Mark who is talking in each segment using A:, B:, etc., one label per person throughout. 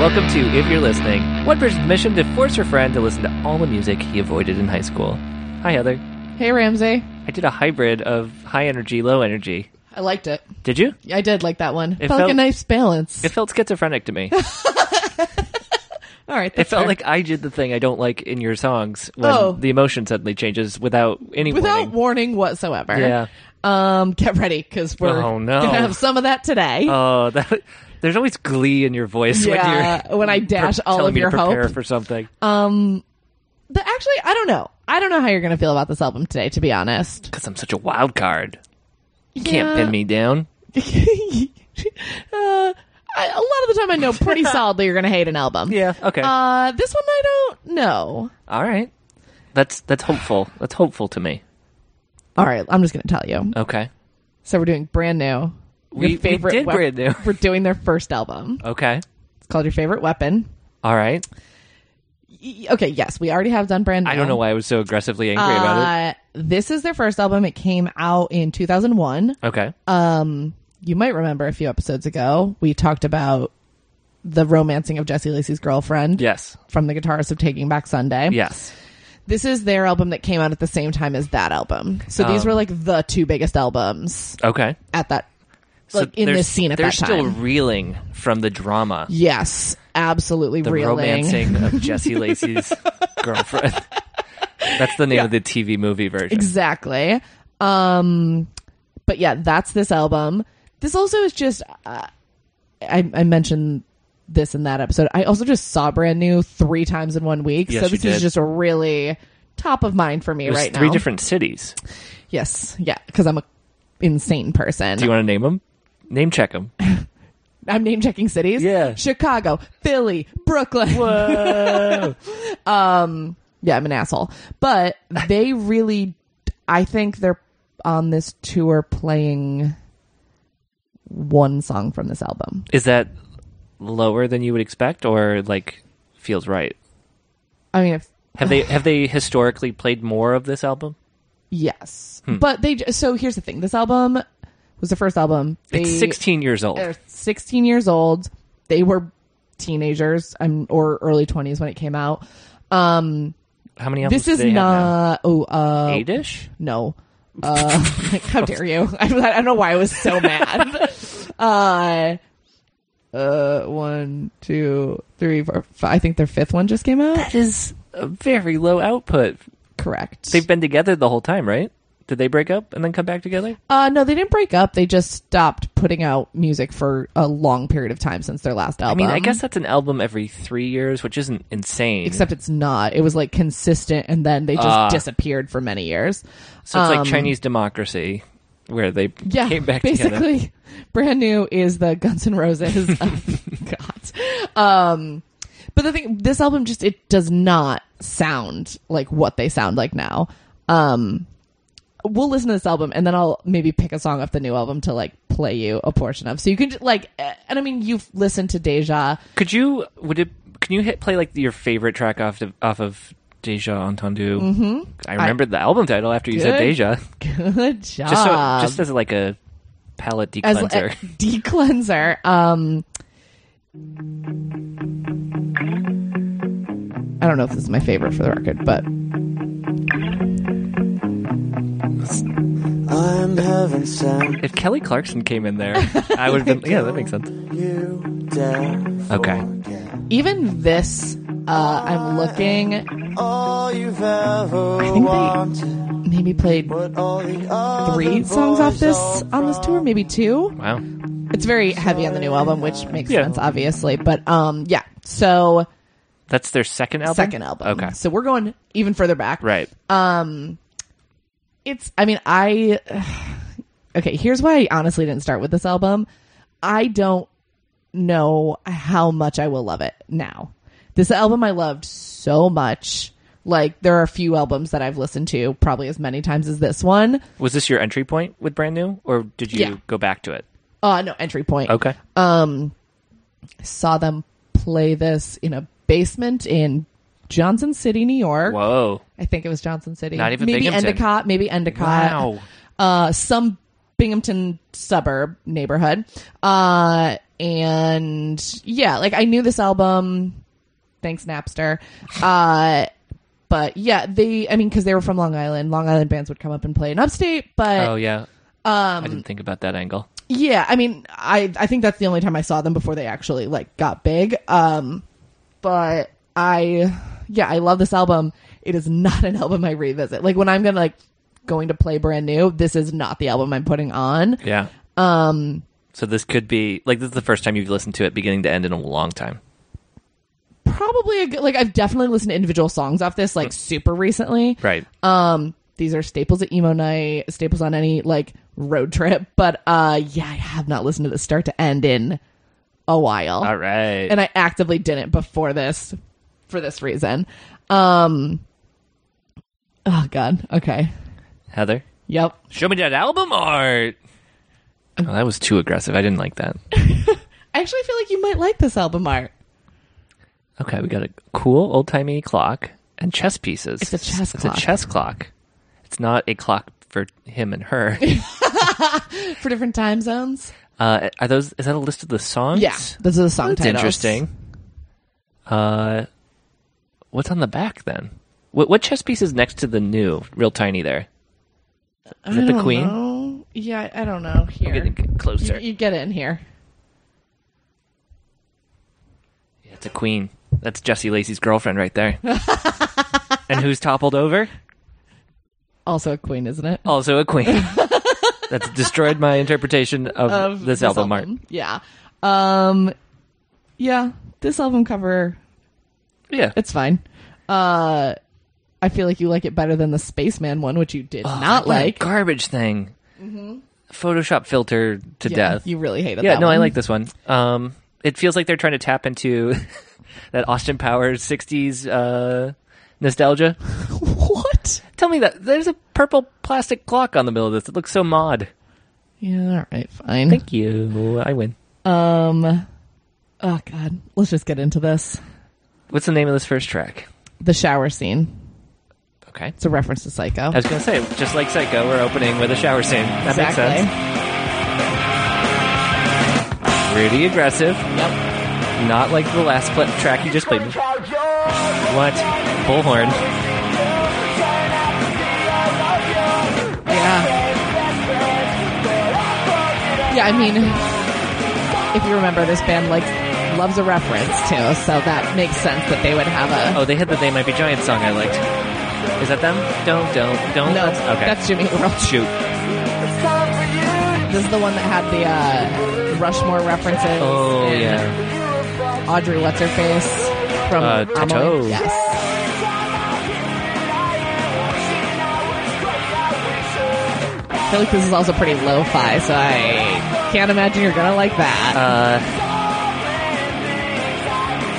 A: Welcome to If You're Listening, one person's mission to force her friend to listen to all the music he avoided in high school. Hi, Heather.
B: Hey, Ramsey.
A: I did a hybrid of high energy, low energy.
B: I liked it.
A: Did you?
B: I did like that one.
A: It
B: felt, like
A: felt-
B: a nice balance.
A: It felt schizophrenic to me.
B: All right.
A: It
B: That's
A: felt
B: fair.
A: like I did the thing I don't like in your songs when
B: Oh.
A: the emotion suddenly changes without any
B: without
A: warning.
B: warning whatsoever.
A: Yeah.
B: Um, get ready because we're
A: Oh, no.
B: gonna have some of that today.
A: Oh, that, there's always glee in your voice when
B: yeah.
A: you're
B: When, I dash
A: pre-
B: all
A: telling
B: of
A: me
B: your
A: to prepare
B: hope.
A: for something. Oh,
B: But actually, I don't know. I don't know how you're gonna feel about this album today. To be honest,
A: Because I'm such a wild card. You can't
B: Yeah.
A: pin me down.
B: uh, I, a lot of the time, I know pretty solidly you're gonna hate an album.
A: Yeah. Okay.
B: Uh, this one I don't know.
A: all right. That's that's hopeful. That's hopeful to me.
B: All right, I'm just gonna tell you.
A: Okay.
B: So we're doing brand new.
A: Oh. We- we did
B: wep-
A: brand new.
B: We're doing their first album.
A: Okay.
B: It's called Your Favorite Weapon.
A: All right.
B: Y- Okay, yes, we already have done brand new.
A: I don't know why I was so aggressively angry about
B: Uh, this is their first album. It came out in 2001.
A: it. Okay.
B: uh, You might remember a few episodes ago we talked about the romancing of Jesse Lacey's girlfriend
A: yes.
B: from the guitarist of Taking Back Sunday.
A: Yes.
B: This is their album that came out at the same time as that album. So these
A: Oh.
B: were like the two biggest albums
A: Okay.
B: at that like in
A: there's-
B: this scene at
A: they're
B: that
A: still
B: time.
A: reeling from the drama,
B: Yes, absolutely
A: the
B: reeling.
A: romancing of Jesse Lacey's girlfriend. That's the name of the TV movie version.
B: Exactly. Um, but yeah, that's this album. This also is just, uh, I, I mentioned this in that episode. I also just saw brand new three times in one week.
A: Yes,
B: so
A: you
B: this
A: did.
B: is just a really top of mind for me
A: There's
B: right
A: three
B: now.
A: different cities.
B: yes. Yeah. Cause I'm a insane person.
A: Do you want to name them? Name check them.
B: I'm name checking cities.
A: Yeah.
B: Chicago, Philly, Brooklyn. yeah, I'm an asshole. But they really, I think they're on this tour playing one song from this album.
A: Is that lower than you would expect, or like feels right?
B: I mean, if,
A: Have they have they historically played more of this album?
B: yes,
A: Hmm.
B: but they. j- So here's the thing: this album was the first album. They,
A: It's 16 years old.
B: They're 16 years old. They were teenagers, um, or early 20s when it came out. Um,
A: How many albums
B: this
A: do
B: is
A: they have
B: not. Oh, uh,
A: now? eight-ish?
B: no. Uh, how dare you? I don't, I don't know why I was so mad. Uh, uh, one, two, three, four, five. I think their fifth one just came out.
A: That is a very low output.
B: Correct.
A: They've been together the whole time, right? Did they break up and then come back together?
B: uh, no, they didn't break up. They just stopped putting out music for a long period of time since their last
A: I
B: album.
A: mean, I guess that's an album every three years, which isn't insane.
B: Except it's not. It was like consistent, and then they just
A: Ah.
B: disappeared for many years.
A: so it's
B: um,
A: like Chinese Democracy, where they
B: yeah,
A: came back together.
B: basically, brand new is the Guns N' Roses. of God, um, but the thing, this album just it does not sound like what they sound like now. Um, we'll listen to this album and then I'll maybe pick a song off the new album to like play you a portion of, so you can ju- like. eh, And I mean, you've listened to Deja.
A: Could you? Would it? Can you hit play like your favorite track off of, off of Deja Entendu? Mm-hmm. I remembered the album title after you said
B: Good
A: Deja.
B: Good job.
A: Just so, just as like a palate
B: as eh.
A: decleanser.
B: de cleanser. Um, I don't know if this is my favorite for the record, but
C: I'm heaven sent
A: if Kelly Clarkson came in there, I would have been. Yeah, that makes sense.
C: you down.
A: Okay.
B: even this, uh, I'm looking,
C: All you've ever
B: think they-
C: wanted.
B: maybe played
C: But all the other
B: three songs off
C: boys
B: this
C: all
B: on this tour, maybe two.
A: Wow.
B: It's very heavy on the new album, which makes
A: Yeah.
B: sense, obviously. But um, yeah, so
A: That's their second album.
B: second album.
A: Okay.
B: so uh, we're going even further back,
A: Right.
B: it's i mean i okay here's why i honestly didn't start with this album i don't know how much i will love it now this album i loved so much like there are a few albums that i've listened to probably as many times as this one
A: Was this your entry point with brand new, or did you
B: Yeah.
A: go back to it?
B: uh no entry point
A: Okay.
B: saw them play this in a basement in johnson city new york
A: Whoa.
B: i think it was johnson city
A: Not even
B: maybe
A: Binghamton.
B: endicott maybe endicott
A: Wow.
B: uh, some Binghamton suburb neighborhood. Uh, and yeah, like I knew this album. Thanks Napster. Uh, but yeah, they. I mean, because they were from Long Island. Long Island bands would come up and play in Upstate, but
A: Oh yeah. Um, I didn't think about that angle.
B: yeah, I mean, I I think that's the only time I saw them before they actually like got big. Um, but I, yeah, I love this album. It is not an album I revisit. Like when I'm gonna like going to play brand new, this is not the album I'm putting on.
A: Yeah. Um. So this could be like this is the first time you've listened to it beginning to end in a long time.
B: Probably a good, like I've definitely listened to individual songs off this like super recently.
A: Right.
B: Um, these are staples at emo night, staples on any like road trip. But uh, yeah, I have not listened to this start to end in a while.
A: All right.
B: and I actively didn't before this for this reason. Um Oh god. Okay.
A: Heather,
B: Yep.
A: show me that album art. Oh, that was too aggressive. I didn't like that.
B: I actually feel like you might like this album art.
A: Okay, we got a cool old timey clock and chess pieces.
B: It's a chess
A: it's
B: clock.
A: a chess clock. It's not a clock for him and her.
B: For different time zones.
A: uh, are those? Is that a list of the songs?
B: Yeah. Those are the song
A: that's
B: titles.
A: interesting. Uh, what's on the back then? What, what chess piece is next to the new, real tiny there? Is it the queen?
B: know. Yeah, I don't know. Here.
A: I'm gonna get
B: you,
A: closer.
B: you get it in here.
A: Yeah, it's a queen. That's Jesse Lacey's girlfriend right there. and who's toppled over?
B: Also a queen, isn't it?
A: Also a queen. That's destroyed my interpretation of,
B: Of
A: this, album, art.
B: Yeah. Um yeah, this album cover
A: Yeah.
B: It's fine. Uh, I feel like you like it better than the Spaceman one, which you did not
A: What a
B: like. Mm-hmm.
A: garbage thing. Photoshop filter to
B: Yeah,
A: death.
B: You really hated
A: yeah,
B: that
A: no, I
B: one.
A: like this one. Um, it feels like they're trying to tap into that Austin Powers '60s uh, nostalgia.
B: What?
A: Tell me that there's a purple plastic clock on the middle of this. It looks so mod.
B: Yeah, all right, fine.
A: Thank you. I win.
B: um, oh god, let's just get into this.
A: What's the name of this first track?
B: The shower scene.
A: Okay.
B: It's a reference to Psycho.
A: I was gonna say, just like Psycho, we're opening with a shower scene. That makes sense. Pretty aggressive.
B: Yep.
A: Not like the last pl- track you just played. What? Bullhorn.
B: Yeah. Yeah, I mean, if you remember, this band like loves a reference too, so that makes sense that they would have a.
A: Oh, they had the They Might Be Giants song I liked. Is that them? Don't, don't, don't.
B: no,
A: okay.
B: that's Jimmy Eat World.
A: Shoot.
B: This is the one that had the uh, Rushmore references.
A: Oh,
B: and
A: yeah.
B: Audrey, what's her face from
A: Uh,
B: Amelie.
A: Toto.
B: Yes. I feel like this is also pretty lo-fi, so I can't imagine you're gonna like that.
A: Uh,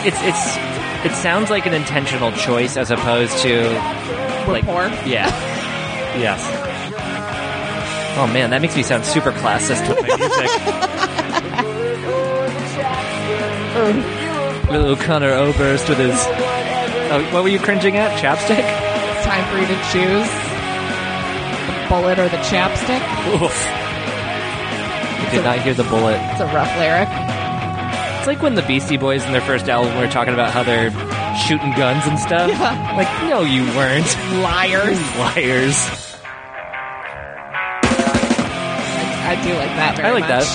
A: it's, it's, it sounds like an intentional choice as opposed to,
B: We're
A: like,
B: poor.
A: yeah. yes. Oh man, that makes me sound super classist with my music. Little O'Connor Oberst with his, oh, what were you cringing at? Chapstick?
B: It's time for you to choose the bullet or the chapstick.
A: Oof. I did not hear the bullet.
B: It's a rough lyric.
A: It's like when the Beastie Boys in their first album were talking about how they're shooting guns and stuff.
B: Yeah.
A: Like, no, you weren't.
B: Liars.
A: Liars.
B: I do like that very
A: I like
B: much.
A: that.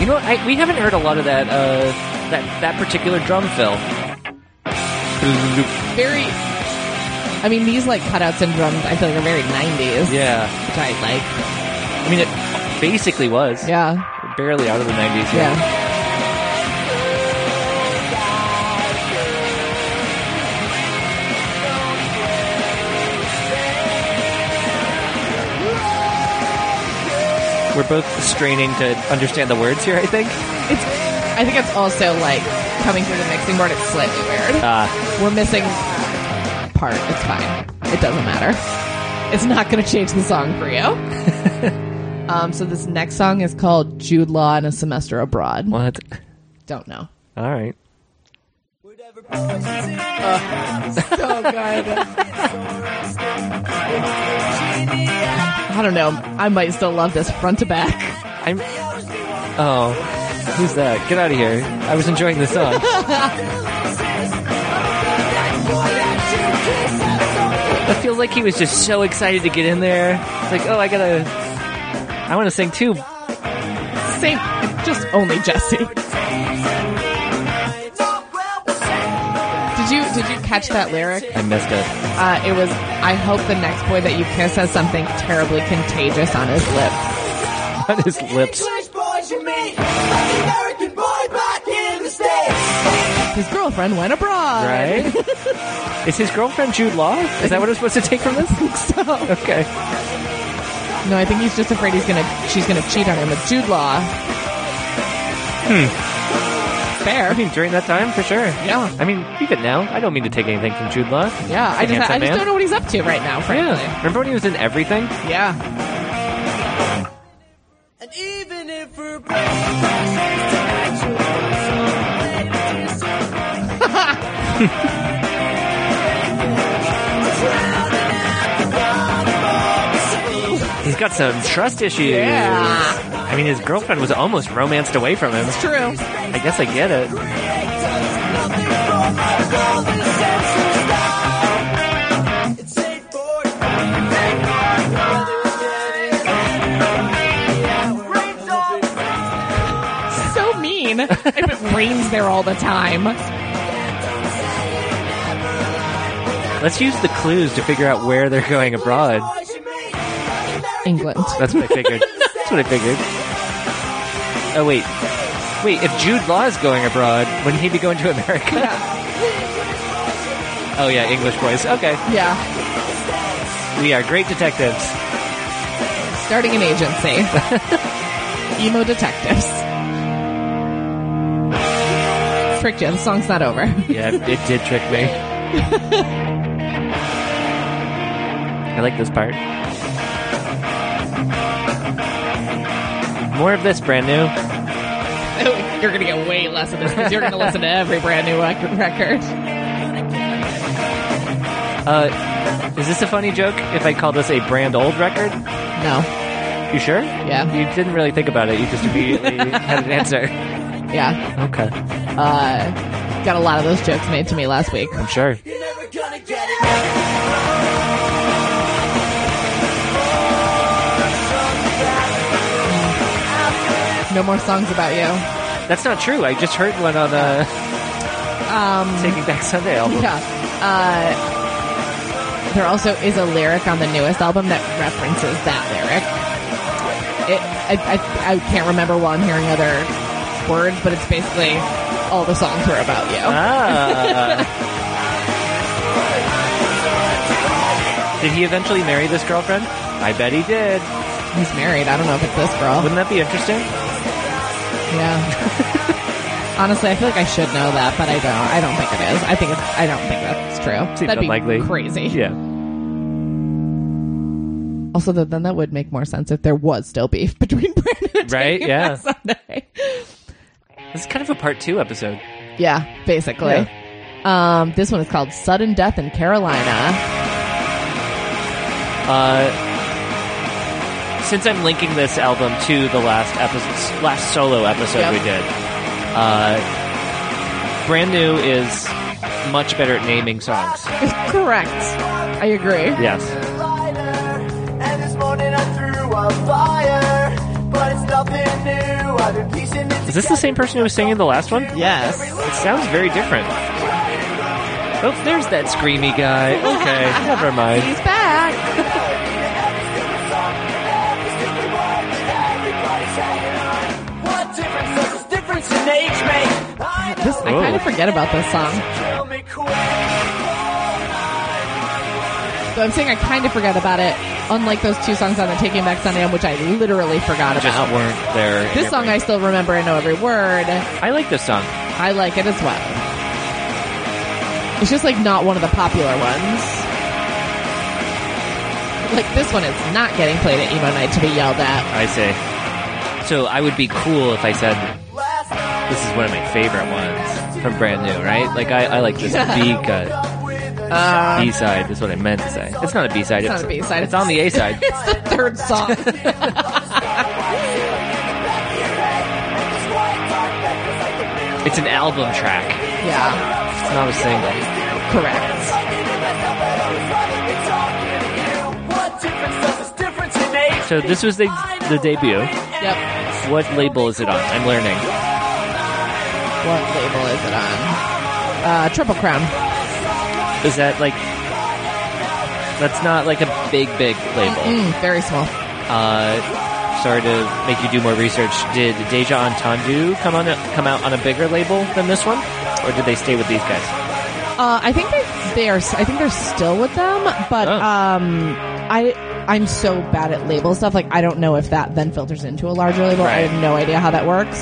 A: You know, what? I, we haven't heard a lot of that. Uh, that that particular drum fill.
B: Very. I mean, these like cutouts and drums. I feel like are very '90s.
A: Yeah.
B: which I like.
A: I mean, it basically was.
B: Yeah,
A: Barely out of the nineties.
B: yeah.
A: We're both straining to understand the words here. I think.
B: It's. I think it's also like coming through the mixing board. It's slightly weird.
A: Uh,
B: We're missing part. It's fine. It doesn't matter. It's not going to change the song for you. um. So this next song is called Jude Law and a Semester Abroad.
A: what?
B: Don't know.
A: All right.
B: So good. I don't know. I might still love this front to back.
A: I'm. Oh, who's that? Get out of here. I was enjoying the song. That feels like he was just so excited to get in there. It's like, oh, I gotta. I want to sing too.
B: Same, just only Jesse. Did you did you catch that lyric?
A: I messed up.
B: Uh, it was I hope the next boy that you kiss has something terribly contagious on his lips.
A: On his lips.
B: His girlfriend went abroad.
A: Right? Is his girlfriend Jude Law? Is that what I'm supposed to take from this?
B: So-
A: Okay.
B: no, I think he's just afraid he's gonna she's gonna cheat on him with Jude Law.
A: Fair. I mean, during that time, for sure.
B: Yeah.
A: I mean, even now, I don't mean to take anything from Jude Law.
B: Yeah, I
A: He's a
B: just
A: handsome
B: I just
A: man.
B: don't know what he's up to right now, frankly.
A: Yeah. Remember when he was in everything?
B: Yeah.
C: And even if we're
A: He's got some trust issues.
B: Yeah.
A: I mean, his girlfriend was almost romanced away from him.
B: It's true.
A: I guess I get it.
C: It's 8:45.
B: So mean. if it rains there all the time.
A: Let's use the clues to figure out where they're going abroad.
B: England.
A: That's what I figured. That's what I figured. Oh wait, wait. If Jude Law is going abroad, wouldn't he be going to America? Oh yeah, English boys. Okay,
B: Yeah.
A: we are great detectives.
B: Starting an agency. Emo detectives. Tricked you. The song's not over.
A: Yeah, it did trick me. I like this part. More of this, brand new.
B: You're gonna get way less of this because you're gonna listen to every brand new rec- record.
A: Uh, is this a funny joke if I call this a brand old record?
B: No.
A: You sure?
B: Yeah.
A: You didn't really think about it. You just immediately had an answer.
B: Yeah.
A: Okay.
B: Uh, got a lot of those jokes made to me last week.
A: I'm sure.
C: You're never gonna get it.
B: No more songs about you.
A: That's not true. I just heard one on uh, um, Taking Back Sunday album.
B: Yeah. Uh, there also is a lyric on the newest album that references that lyric. It, I, I, I can't remember while I'm hearing other words, but it's basically all the songs were about you.
A: Ah. did he eventually marry this girlfriend? I bet he did.
B: He's married. I don't know if it's this girl.
A: Wouldn't that be interesting?
B: Yeah. Honestly, I feel like I should know that, but I don't. I don't think it is. I think it's, I don't think that's true.
A: Seems
B: That'd be
A: unlikely.
B: crazy.
A: Yeah.
B: Also, th- then that would make more sense if there was still beef between Brandon and
A: Right,
B: Taking
A: yeah.
B: Back Sunday.
A: This is kind of a part two episode.
B: Yeah, basically. Um, this one is called Sudden Death in Carolina.
A: Uh, since I'm linking this album to the last episode, last solo episode
B: Yep.
A: we did, uh, brand new is much better at naming songs.
B: Correct. I agree.
A: Yes,
C: And this morning I threw a fire, but it's nothing new. I've been piecing it
A: is this the same person who was singing the last one?
B: Yes.
A: It sounds very different. Oh, there's that screamy guy. Okay, never mind.
B: He's back.
C: What difference does this difference in age make? I know
B: This, I
A: Whoa.
B: kind of forget about this song.
C: kill me quick.
B: So I'm saying I kind of forget about it, unlike those two songs on the Taking Back Sunday, album, which I literally forgot about.
A: Just weren't there. in
B: This song I
A: every-
B: still remember and know every word.
A: I like this song.
B: I like it as well. It's just like not one of the popular ones. Like this one is not getting played at emo night to be yelled at.
A: I say. So I would be cool if I said
C: Last night
A: This is one of my favorite ones from brand new, right? Like I, I like this B cut,
C: up with a
A: B side is what I meant to say. It's not a B side.
B: Uh, It's not a B-side.
A: It's on the A side.
B: It's the third song.
A: It's an album track.
B: Yeah,
A: It's not a single.
B: correct.
A: So this was the the debut.
B: Yep.
A: What label is it on? I'm learning.
B: What label is it on? Uh, Triple Crown.
A: Is that like? That's not like a big big label.
B: Mm, very small.
A: Uh, sorry to make you do more research. Did Deja Entendu come on come out on a bigger label than this one, or did they stay with these guys?
B: Uh, I think they they are. I think they're still with them, but
A: Oh.
B: um, I I'm so bad at label stuff. Like I don't know if that then filters into a larger label. I
A: Right.
B: have no idea how that works.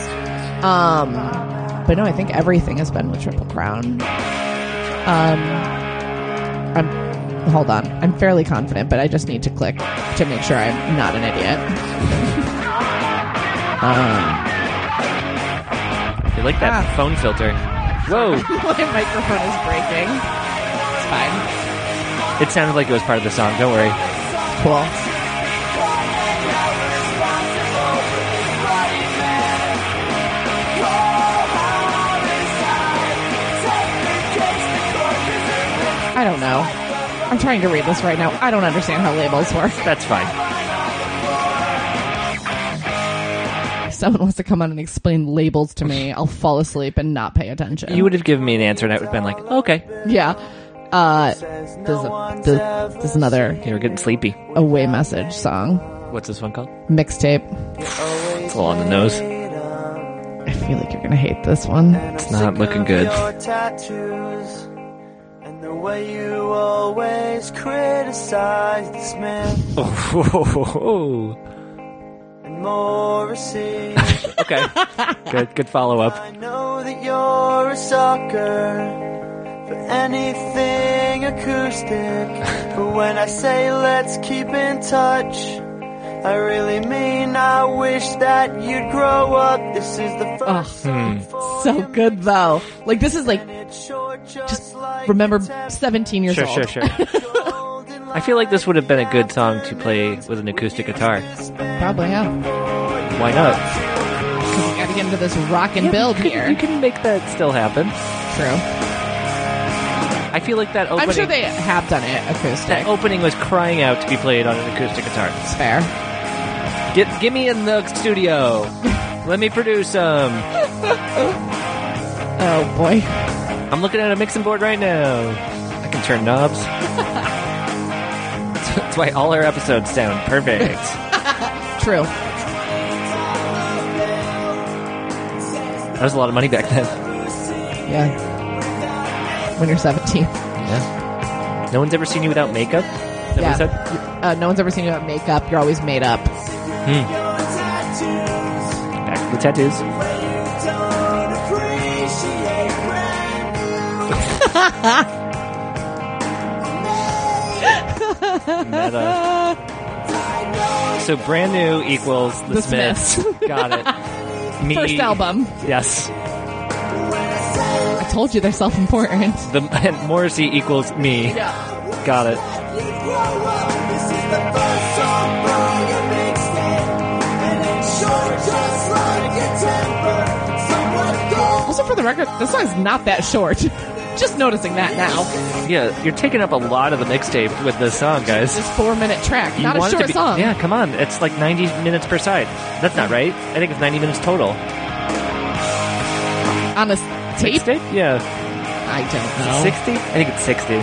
B: Um, but no, I think everything has been with Triple Crown. Um, I'm hold on. I'm fairly confident, but I just need to click to make sure I'm not an idiot.
A: They like that
B: Ah.
A: phone filter. Whoa!
B: My microphone is breaking. It's fine.
A: it sounded like it was part of the song. Don't worry.
B: Cool. I don't know. I'm trying to read this right now. I don't understand how labels work.
A: That's fine.
B: If someone wants to come on and explain labels to me, I'll fall asleep and not pay attention.
A: You would have given me an answer, and I would have been like, okay.
B: yeah. Uh, there's, a, there's, there's another
A: Okay, we're getting sleepy.
B: away message song
A: What's this one called?
B: mixtape.
A: It's a little on the nose.
B: I feel like you're gonna hate this one.
A: It's not looking good.
C: Your tattoos and the way you always criticize this man and Morrissey.
A: okay. Good. Good follow up.
C: I know that you're a sucker for anything acoustic, but when I say let's keep in touch, I really mean I wish that you'd grow up. This is the
B: Ugh.
C: first. song
A: Hmm.
C: for
B: So
C: you,
B: good though. Like this is like
C: and it's short, just, like
B: remember
C: it's ever
B: 17 years
A: Sure,
B: old.
A: sure, sure. I feel like this would have been a good song to play with an acoustic guitar.
B: Probably yeah.
A: Why not?
B: 'Cause you gotta get into this rock and build
A: you can,
B: here.
A: You can make that still happen.
B: True.
A: I feel like that opening.
B: I'm sure they have done it acoustic.
A: that opening was crying out to be played on an acoustic guitar.
B: It's fair.
A: Get, get me in the studio. Let me produce some.
B: Oh boy.
A: I'm looking at a mixing board right now. I can turn knobs. That's why all our episodes sound perfect.
B: True.
A: That was a lot of money back then.
B: Yeah. When you're 17.
A: Yeah. No one's ever seen you without makeup. Is that what you said?
B: yeah. Uh, no one's ever seen you about makeup. You're always made up.
A: Mm. Back to the tattoos. Meta. uh, So brand new equals the,
B: The
A: Smiths.
B: Smiths.
A: Got it. Me,
B: First album.
A: Yes.
B: I told you they're self important.
A: The and Morrissey equals me.
B: Yeah.
A: Got it.
B: Also, for the record, this song's not that short. Just noticing that now.
A: Yeah, you're taking up a lot of the mixtape with this song, guys.
B: This four minute track.
A: You
B: Not a
A: want it to
B: short
A: be-
B: song.
A: Yeah, come on. It's like 90 minutes per side. That's not right. I think it's 90 minutes total.
B: On a s- tape?
A: Mixtape? Yeah.
B: I don't know.
A: 60? I think it's 60.
B: I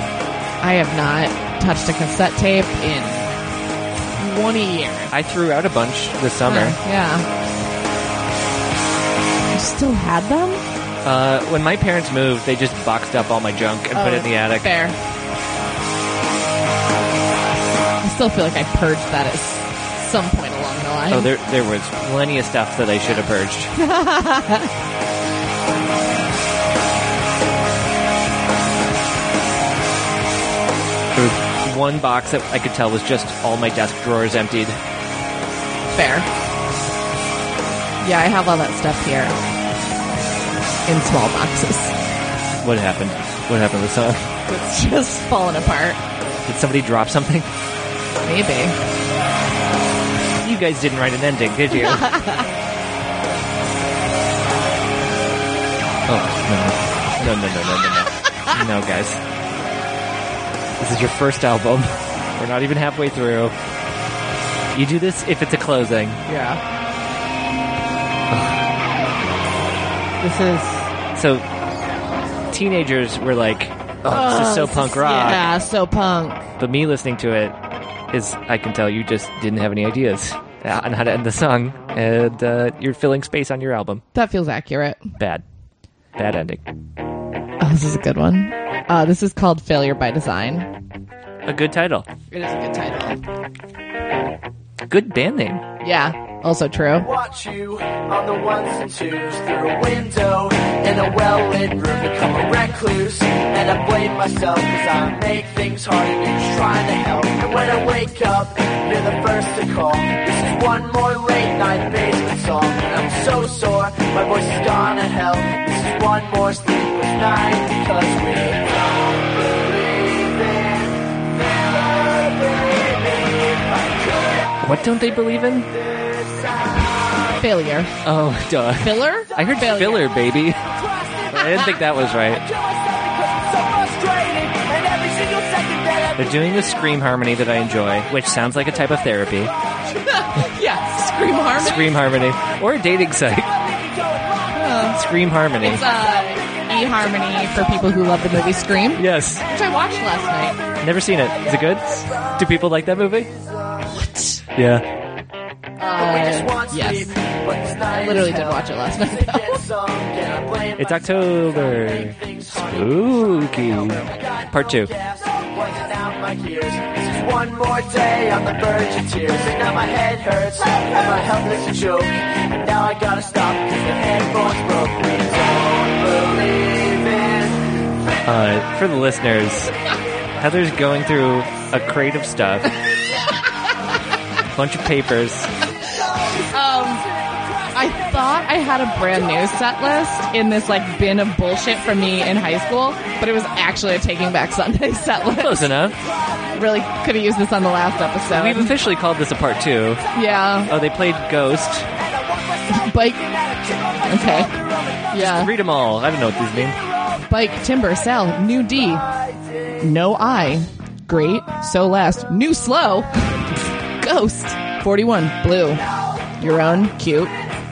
B: have not touched a cassette tape in 20 years.
A: I threw out a bunch this summer.
B: Huh, yeah. You still had them?
A: Uh, when my parents moved, they just boxed up all my junk and put it in the attic.
B: Fair. I still feel like I purged that at s- some point along the line.
A: Oh, there there was plenty of stuff that I should have purged. there was one box that I could tell was just all my desk drawers emptied.
B: Fair. Yeah, I have all that stuff here in small boxes.
A: What happened? What happened with song?
B: It's just falling apart.
A: Did somebody drop something?
B: Maybe.
A: You guys didn't write an ending, did you? oh, No, no, no, no, no, no. no, guys. This is your first album. We're not even halfway through. You do this if it's a closing.
B: Yeah.
A: This is so. Teenagers were like, "Oh, this is so punk rock."
B: Yeah, so punk.
A: But me listening to it is, I can tell you just didn't have any ideas on how to end the song, and uh, you're filling space on your album.
B: That feels accurate.
A: Bad, bad ending.
B: Oh, this is a good one. Uh, this is called Failure by Design.
A: A good title,
B: It is a good title.
A: good band name.
B: Yeah, also true.
C: Watch you on the ones and twos through a window in a well-lit room. Become a recluse, and I blame myself because I make things hard and you're trying to help. And when I wake up, you're the first to call. This is one more late night basement song, and I'm so sore. My voice is gone to hell. This is one more sleepless night because we don't believe in
A: What don't they believe in?
B: Failure.
A: Oh, duh.
B: Filler?
A: I heard
B: failure.
A: filler, baby. I didn't think that was right. They're doing a scream harmony that I enjoy, which sounds like a type of therapy.
B: yeah, Scream Harmony.
A: Scream harmony. Or a dating site. Uh, Scream harmony.
B: It's uh, E Harmony for people who love the movie Scream, which
A: Yes.
B: I watched last night.
A: Never seen it. Is it good? Do people like that movie?
B: What?
A: Yeah.
B: Uh, yes. I literally did watch it last night. though.
A: It's October. Spooky. Part two.
C: One more day on the verge of tears. And now my head hurts. And my helpless a joke. And now I gotta stop because the headphones broke. We don't believe in.
A: Uh, for the listeners, Heather's going through a crate of stuff, a bunch of papers.
B: Um, I thought I had a brand new set list in this like bin of bullshit from me in high school, but it was actually a Taking Back Sunday set list.
A: Close enough.
B: Really could have used this on the last
A: We've
B: episode.
A: officially called this a part two.
B: Yeah,
A: Oh, they played Ghost.
B: bike. Okay. Yeah,
A: Read them all. I don't know what these mean.
B: bike timber sell new D, no I, great so last new slow, ghost forty one blue, your own cute,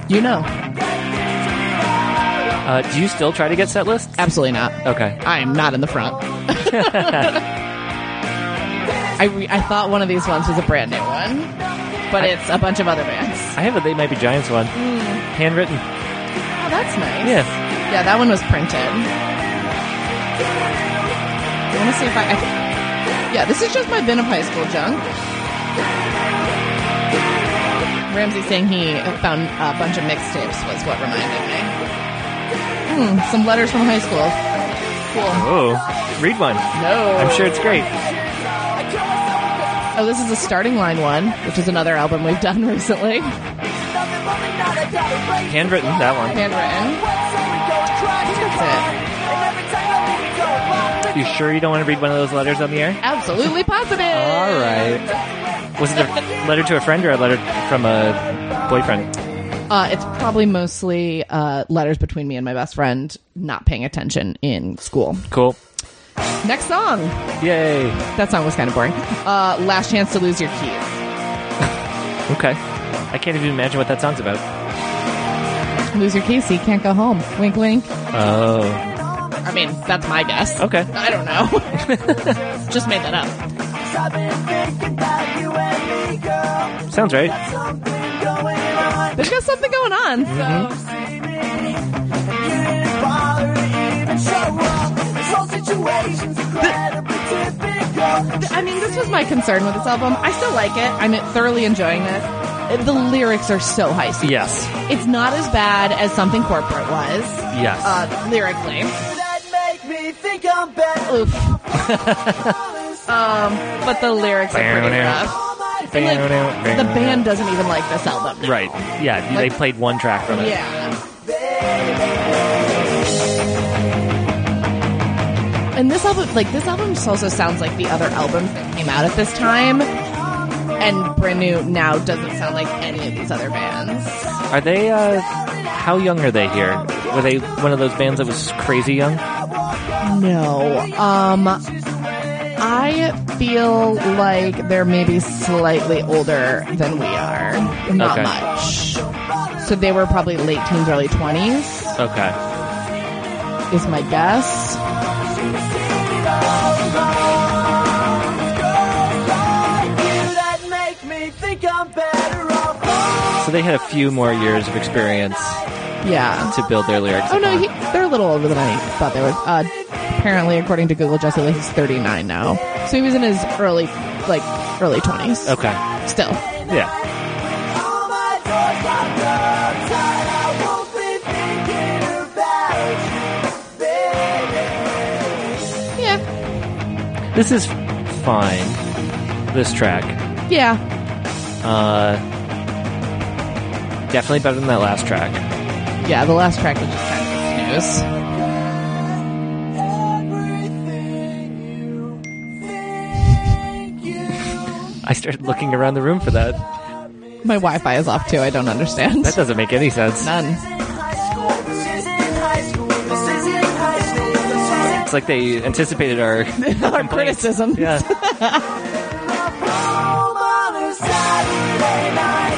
B: you know
A: Uh, do you still try to get set lists?
B: absolutely not.
A: Okay.
B: I am not in the front. I, re- I thought one of these ones was a brand new one, but it's a bunch of other bands.
A: I have a They Might Be Giants one. Handwritten.
B: Oh, that's nice.
A: Yeah.
B: Yeah, that one was printed. I want to see if I, I. Yeah, this is just my bin of high school junk. Ramsey saying he found a bunch of mixtapes was what reminded me. Hmm, some letters from high school.
A: Oh.
B: Cool.
A: Read one.
B: No.
A: I'm sure it's great.
B: Oh, this is a starting line one, which is another album we've done recently.
A: Handwritten, that one.
B: Handwritten. That's it.
A: You sure you don't want to read one of those letters on the air?
B: Absolutely positive.
A: All right. Was it a letter to a friend or a letter from a boyfriend?
B: Uh, it's probably mostly uh, letters between me and my best friend not paying attention in school.
A: Cool.
B: Next song.
A: Yay.
B: That song was kind of boring. Uh, Last Chance to Lose Your Keys.
A: Okay. I can't even imagine what that song's about.
B: Lose your keys so you can't go home. Wink, wink.
A: Oh.
B: I mean, that's my guess.
A: Okay.
B: I don't know. Just made that up.
C: I've been thinking about you and me, girl.
A: Sounds right.
C: Something going on.
B: There's got something going on. So. I mean, this was my concern with this album. I still like it. I'm thoroughly enjoying this. The lyrics are so high school.
A: Yes.
B: It's not as bad as something corporate was,
A: Yes.
B: uh, lyrically.
C: That
B: Oof. um, but the lyrics are pretty rough. And, like, the band doesn't even like this album. now.
A: right. Yeah. They
B: Like-
A: played one track from it.
B: Yeah. And this album, like this album, just also sounds like the other albums that came out at this time. And brand new now doesn't sound like any of these other bands.
A: Are they? uh How young are they here? were they one of those bands that was crazy young?
B: No. Um, I feel like they're maybe slightly older than we are. Not
A: Okay.
B: much. So they were probably late teens, early 20s,
A: Okay.
B: is my guess.
C: that make me think I'm better off.
A: So they had a few more years of experience
B: Yeah.
A: to build their lyrics.
B: Oh, no,
A: upon.
B: he, they're a little older than I thought they were. Uh, apparently, according to Google, Jesse Lee, he's 39 now. So he was in his early, like, early 20s.
A: Okay.
B: Still.
A: Yeah.
C: All my doors locked up tight. I won't be thinking about you, baby.
B: Yeah.
A: This is fine. This track.
B: Yeah.
A: Uh, definitely better than that last track.
B: Yeah, the last track was just kind of snooze.
C: Everything you think you
A: I started looking around the room for that.
B: My Wi-Fi is off too. I don't understand.
A: That doesn't make any sense.
B: None.
C: in high school. This isn't high school. This isn't high school. This isn't
A: It's like they anticipated our
B: Our criticism.
A: Yeah.
C: home on a Saturday night.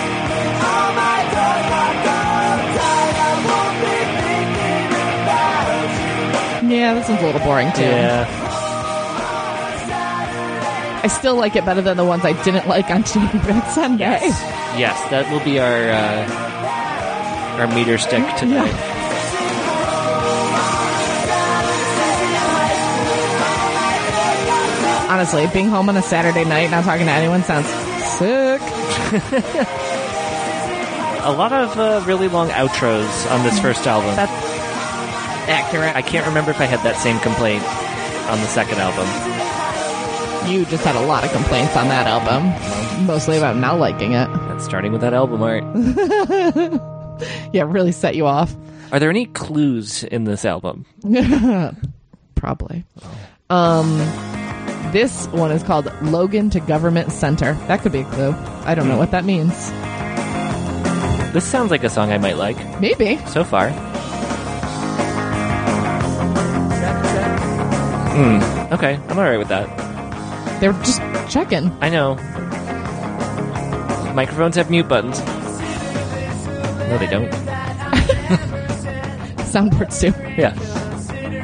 C: All my doors locked up tight. I won't be thinking about you.
B: Yeah, this one's a little boring too.
A: Yeah.
B: I still like it better than the ones I didn't like on Cheeky Bad Sunday.
A: Yes, that will be our uh, our meter stick tonight.
B: Honestly, being home on a Saturday night, not talking to anyone, sounds sick.
A: A lot of uh, really long outros on this first album.
B: That's accurate.
A: I can't remember if I had that same complaint on the second album.
B: you just had a lot of complaints on that album, mostly about not liking it.
A: That's starting with that album art.
B: Yeah, really set you off.
A: Are there any clues in this album?
B: Probably. Um, this one is called Logan to Government Center. That could be a clue. I don't know what that means.
A: This sounds like a song I might like
B: Maybe.
A: so far. Hmm. Okay, I'm alright with that.
B: They're just checking.
A: I know. Microphones have mute buttons. No, they don't.
B: Soundboards too.
A: Yeah.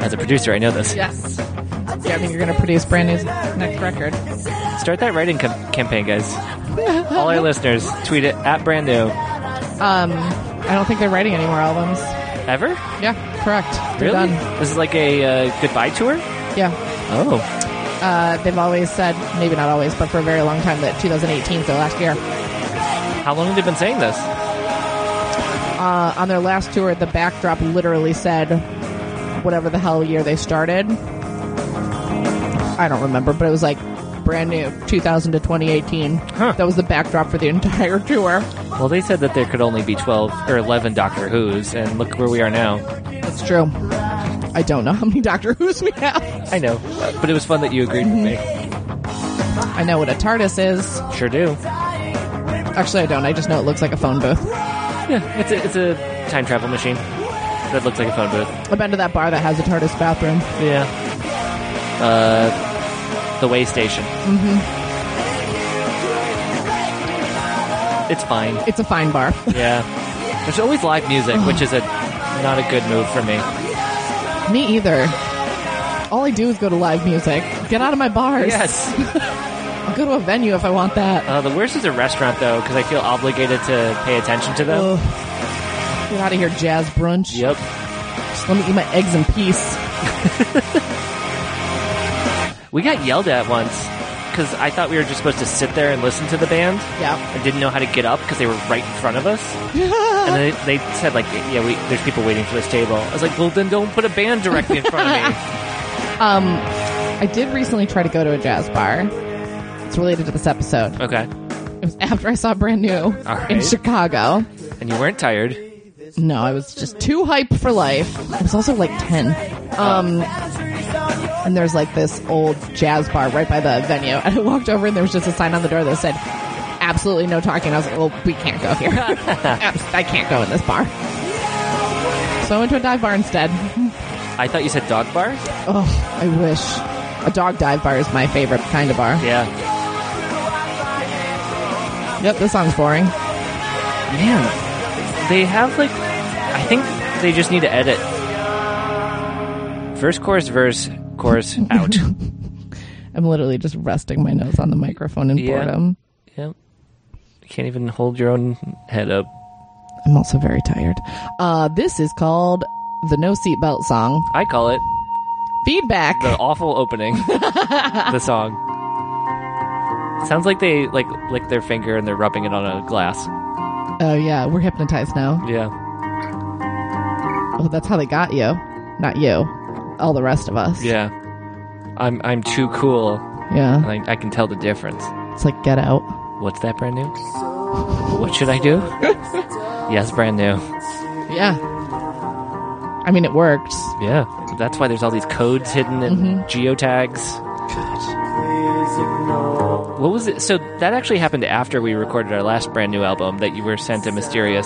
A: As a producer, I know this.
B: Yes. Yeah, I mean, you're going to produce brand new next record.
A: Start that writing com- campaign, guys. All our listeners, tweet it at brand new.
B: Um, I don't think they're writing any more albums.
A: Ever?
B: Yeah, correct. They're
A: Really?
B: done.
A: This is like a uh, goodbye tour?
B: Yeah.
A: Oh.
B: Uh, they've always said, maybe not always, but for a very long time, that 2018 is their last year.
A: How long have they been saying this?
B: Uh, on their last tour, the backdrop literally said whatever the hell year they started. I don't remember, but it was like brand new 2000 to 2018.
A: Huh.
B: That was the backdrop for the entire tour.
A: Well, they said that there could only be 12 or 11 Doctor Who's, and look where we are now.
B: That's true. I don't know how many Doctor Who's we have.
A: I know. But it was fun that you agreed with
B: I know what a TARDIS is.
A: me. Mm-hmm. Sure do.
B: Actually, I don't. I just know it looks like a phone booth.
A: Yeah, it's a, it's a time travel machine that looks like a phone booth.
B: I've been to that bar that has a TARDIS bathroom.
A: Yeah. Uh, the way station. Mm-hmm. It's fine.
B: It's a fine bar.
A: Yeah. There's always live music, which is a not a good move for me.
B: Me either. All I do is go to live music. Get out of my bars.
A: Yes.
B: I'll go to a venue if I want that.
A: Uh, the worst is a restaurant though, because I feel obligated to pay attention to them.
B: Ugh. Get out of here, jazz brunch.
A: Yep.
B: Just let me eat my eggs in peace.
A: We got yelled at once because I thought we were just supposed to sit there and listen to the band.
B: Yeah.
A: I didn't know how to get up because they were right in front of us, and they, they said like, "Yeah, we, there's people waiting for this table." I was like, "Well, then don't put a band directly in front of me."
B: I did recently try to go to a jazz bar. It's related to this episode.
A: Okay.
B: It was after I saw Brand New in
A: right.
B: Chicago.
A: And you weren't tired.
B: No, I was just too hyped for life. I was also like 10. Um, and there's like this old jazz bar right by the venue. And I walked over and there was just a sign on the door that said, absolutely no talking. I was like, well, we can't go here. Abs- I can't go in this bar. So I went to a dive bar instead.
A: I thought you said dog bar.
B: Oh, I wish. A dog dive bar is my favorite kind of bar.
A: Yeah.
B: Yep, this song's boring.
A: Man, they have like, I think they just need to edit. Verse, chorus, verse, chorus, out.
B: I'm literally just resting my nose on the microphone in
A: Yeah.
B: boredom.
A: yep. You can't even hold your own head up.
B: I'm also very tired. Uh, this is called the No Seatbelt Song.
A: I call it
B: Feedback.
A: the awful opening. the song sounds like they like lick their finger and they're rubbing it on a glass.
B: Oh, yeah, we're hypnotized now.
A: Yeah,
B: Oh, that's how they got you. Not you. All the rest of us.
A: yeah. I'm I'm too cool,
B: Yeah.
A: and I, I can tell the difference.
B: It's like Get Out.
A: What's that brand new? What should I do? yes, brand new.
B: Yeah. I mean, it worked.
A: Yeah, that's why there's all these codes hidden in geotags. What was it? So that actually happened after we recorded our last brand new album that you were sent a mysterious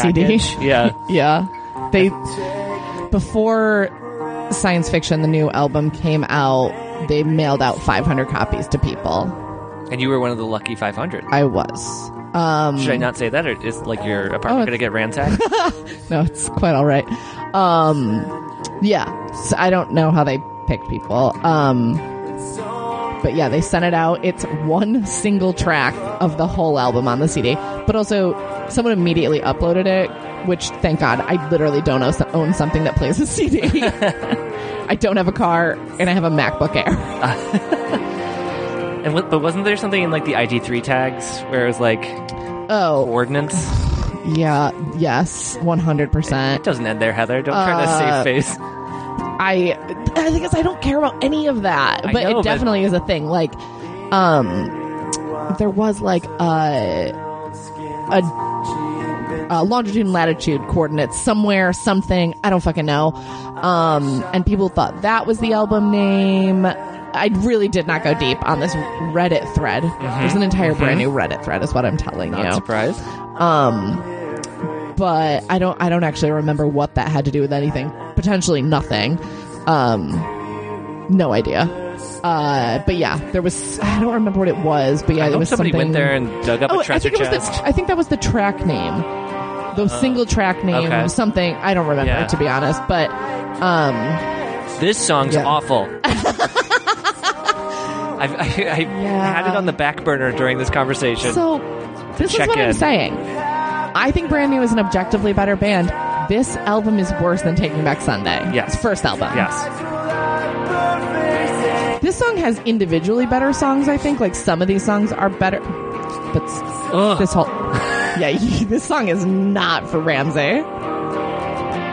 B: CD.
A: package. Yeah,
B: Yeah. They before Science Fiction the new album came out, they mailed out 500 copies to people.
A: and you were one of the lucky 500.
B: I was. Um
A: Should I not say that, or is like your
B: Oh,
A: apartment going to get ransacked?
B: no, it's quite all right. Um yeah. So I don't know how they picked people. Um but yeah, they sent it out. It's one single track of the whole album on the CD. But also, someone immediately uploaded it, which thank God I literally don't own own something that plays a CD. I don't have a car, and I have a MacBook Air.
A: and what, but wasn't there something in like the IG3 tags where it was like
B: Oh,
A: ordnance?
B: yeah, yes, one hundred
A: It
B: percent.
A: doesn't end there, Heather. Don't try to
B: Uh,
A: save face.
B: I, I think it's- I don't care about any of that,
A: I
B: but
A: know,
B: it
A: but-
B: definitely is a thing. Like, um, there was like a a, a longitude and latitude coordinates somewhere, something I don't fucking know. Um, and people thought that was the album name. I really did not go deep on this Reddit thread.
A: Mm-hmm.
B: There's an entire brand new Reddit thread, is what I'm telling
A: Not
B: you.
A: surprised.
B: um but i don't i don't actually remember what that had to do with anything potentially nothing um no idea uh but yeah there was i don't remember what it was but yeah
A: I
B: it
A: hope
B: was
A: somebody
B: something
A: went there and dug up
B: oh
A: a
B: i
A: treasure
B: think it was
A: chest. Oh,
B: the, i think that was the track name the single track name
A: okay.
B: something i don't remember
A: Yeah.
B: to be honest but um
A: This song's
B: Yeah.
A: awful. I've, I, I had it on the back burner during this conversation.
B: so this is
A: check
B: what i'm
A: in.
B: saying i think brand new is an objectively better band this album is worse than taking back sunday
A: Yes.
B: It's first album
A: yes.
B: This song has individually better songs, I think. Like some of these songs are better, but s-
A: Ugh.
B: this whole yeah, you, this song is not for Ramsey.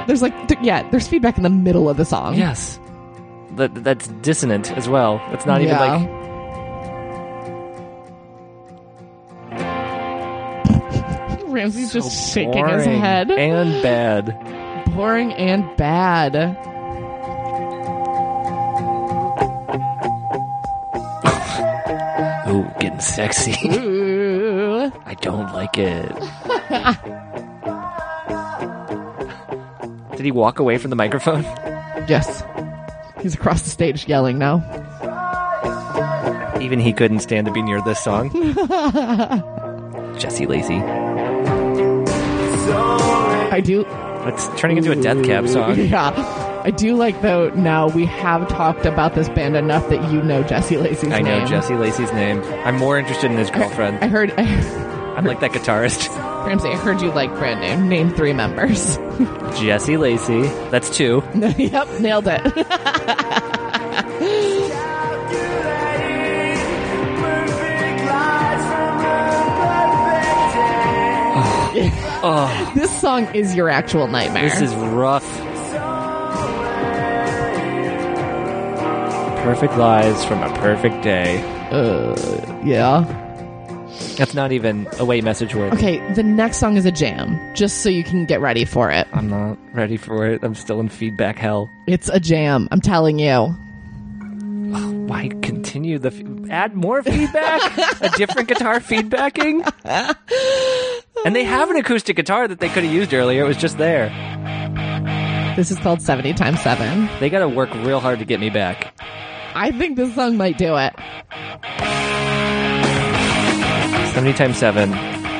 B: There's like th- yeah, there's feedback in the middle of the song.
A: yes. That, that's dissonant as well. It's not even
B: Yeah.
A: like.
B: Ramsey's just
A: so
B: shaking his
A: boring
B: head,
A: And bad.
B: boring and bad.
A: Ooh, getting sexy.
B: Ooh.
A: I don't like it. Did he walk away from the microphone?
B: Yes, he's across the stage yelling now.
A: Even he couldn't stand to be near this song. Jesse Lacey.
B: I do
A: It's turning into a death cab song.
B: Yeah. I do like though now we have talked about this band enough that you know Jesse Lacey's
A: I know
B: name.
A: Jesse Lacey's name. I'm more interested in his girlfriend.
B: I heard I,
A: I'm like that guitarist.
B: Ramsey, I heard you like brand name. Name three members.
A: Jesse Lacey. That's two.
B: yep, nailed it.
A: Oh,
B: this song is your actual nightmare.
A: this is rough. Perfect lies from a perfect day.
B: uh, yeah.
A: That's not even a way message word.
B: Okay, the next song is a jam, just so you can get ready for it.
A: I'm not ready for it. I'm still in feedback hell.
B: It's a jam, I'm telling you.
A: Why continue the f- add more feedback? a different guitar feedbacking? And they have an acoustic guitar that they could have used earlier. It was just there.
B: This is called 70 times 7.
A: They got to work real hard to get me back.
B: I think this song might do it.
A: 70 times 7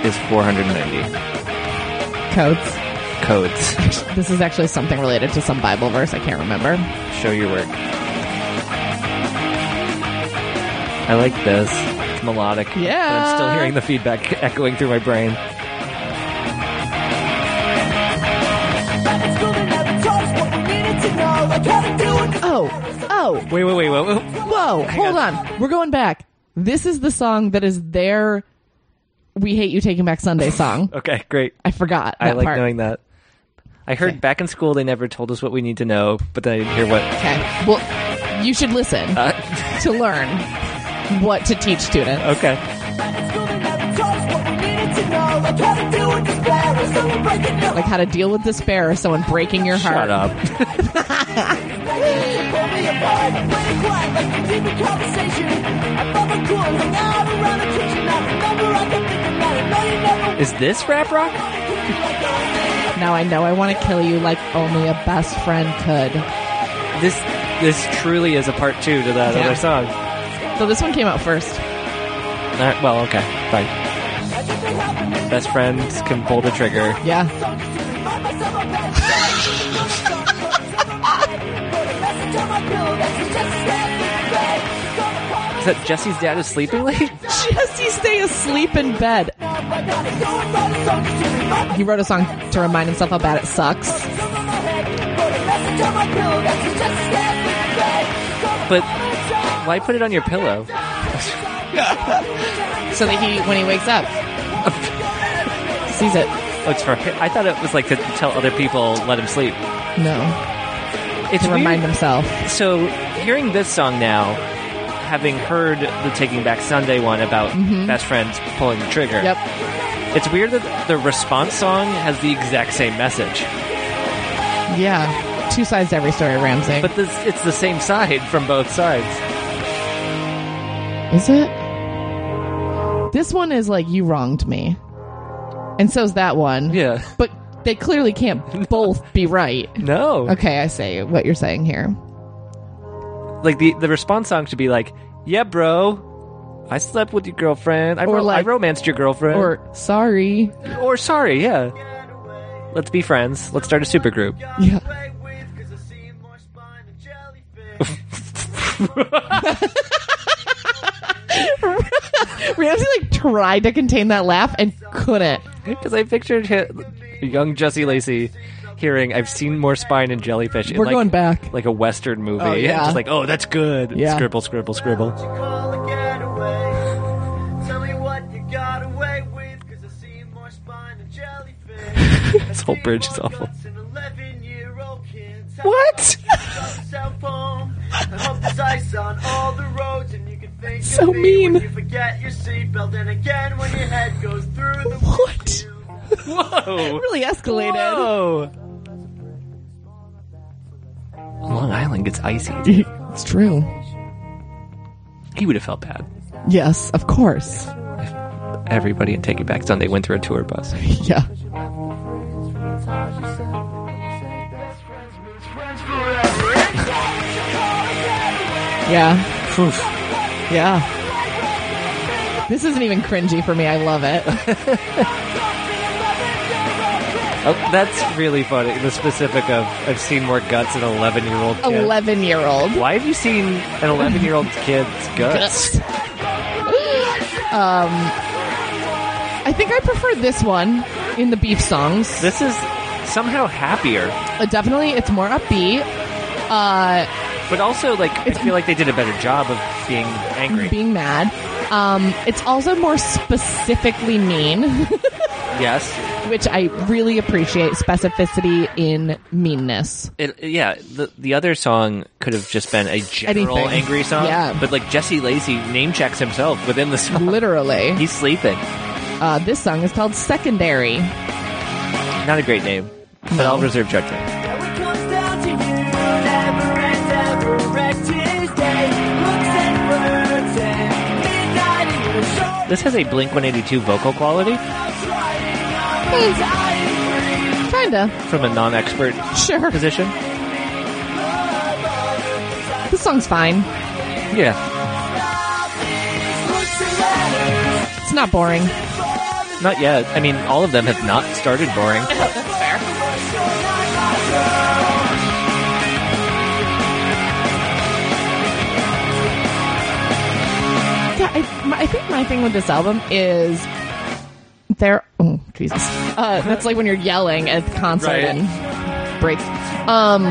A: is 490
B: Codes.
A: codes.
B: This is actually something related to some Bible verse. I can't remember.
A: Show your work. I like this. It's melodic. but I'm still
B: Yeah.
A: hearing the feedback echoing through my brain.
B: Oh, oh,
A: Wait, wait, wait, wait. wait.
B: Whoa, hold
A: on.
B: on. We're going back. This is the song that is their We Hate You Taking Back Sunday song.
A: Okay, great.
B: I forgot.
A: I
B: that
A: like
B: part.
A: knowing that. I heard
B: Okay.
A: back in school they never told us what we need to know, but then I didn't hear what.
B: Okay. Well, you should listen
A: Uh,
B: to learn what to teach students.
A: okay.
B: Like how to deal with despair or someone breaking your heart.
A: Shut up. Is this rap rock?
B: Now I know I want to kill you like only a best friend could.
A: This this truly is a part two to that
B: Yeah.
A: other song.
B: So this one came out first.
A: Alright, well, okay, fine. Best friends can pull the trigger.
B: Yeah.
A: Is that Jesse's dad is sleeping late?
B: Jesse stay asleep in bed. He wrote a song to remind himself how bad it sucks.
A: But why put it on your pillow?
B: so that he, when he wakes up, sees it.
A: Oh, it's for hi- I thought it was like to tell other people let him sleep.
B: No,
A: It's
B: to
A: weird.
B: remind himself.
A: So hearing this song now, having heard the Taking Back Sunday one about best friends pulling the trigger,
B: Mm-hmm. Yep.
A: it's weird that the response song has the exact same message,
B: Yeah. Two sides to every story, Ramsey.
A: but this, it's the same side from both sides.
B: is it? This one is like you wronged me, and so's that one.
A: Yeah.
B: But they clearly can't both be right.
A: No.
B: Okay, I say what you're saying here.
A: like the the response song should be like, "Yeah, bro, I slept with your girlfriend. I,
B: Or
A: ro-
B: like-
A: I romanced your girlfriend."
B: Or sorry.
A: or sorry, yeah. Let's be friends. Let's start a supergroup.
B: Yeah. Ramsey like tried to contain that laugh and couldn't.
A: Because I pictured hi- young Jesse Lacey hearing, "I've seen more spine and jellyfish." in
B: We're
A: like,
B: going back.
A: Like a Western movie.
B: Oh, yeah.
A: Just like, oh, that's good.
B: Yeah.
A: Scribble, scribble, scribble.
C: this
A: whole bridge is awful.
C: What?
B: So mean. What?
A: Whoa.
B: Really escalated. Oh.
A: Whoa. Long Island gets icy. dude.
B: It's true.
A: he would have felt bad.
B: Yes, of course.
A: Everybody in Taking Back Sunday went through a tour bus.
B: Yeah. Yeah. Yeah. This isn't even cringy for me. I love it.
A: Oh, that's really funny. The specific of I've seen more guts in an 11 year old kid.
B: 11 year old.
A: Why have you seen an 11 year old kid's guts?
B: um, I think I prefer this one in the beef songs.
A: This is somehow happier,
B: Uh, definitely, it's more upbeat. Uh,
A: but also like I feel like they did a better job of being angry.
B: being mad. Um, it's also more specifically mean,
A: yes,
B: which I really appreciate specificity in meanness.
A: it, yeah. The the other song could have just been a general
B: Anything.
A: angry song.
B: Yeah.
A: but like Jesse Lacey name checks himself within the song.
B: Literally.
A: He's sleeping.
B: Uh, this song is called Secondary.
A: Not a great name, but I'll reserve judgment. This has a Blink 182 vocal quality.
B: Hmm. Kinda.
A: from a non-expert
B: Sure.
A: position?
B: This song's fine.
A: Yeah,
B: It's not boring.
A: not yet. I mean, all of them have not started boring.
B: Yeah, I, my- I think my thing with this album is there. Oh Jesus, uh, that's like when you're yelling at the concert
A: Right.
B: and breaks. Um,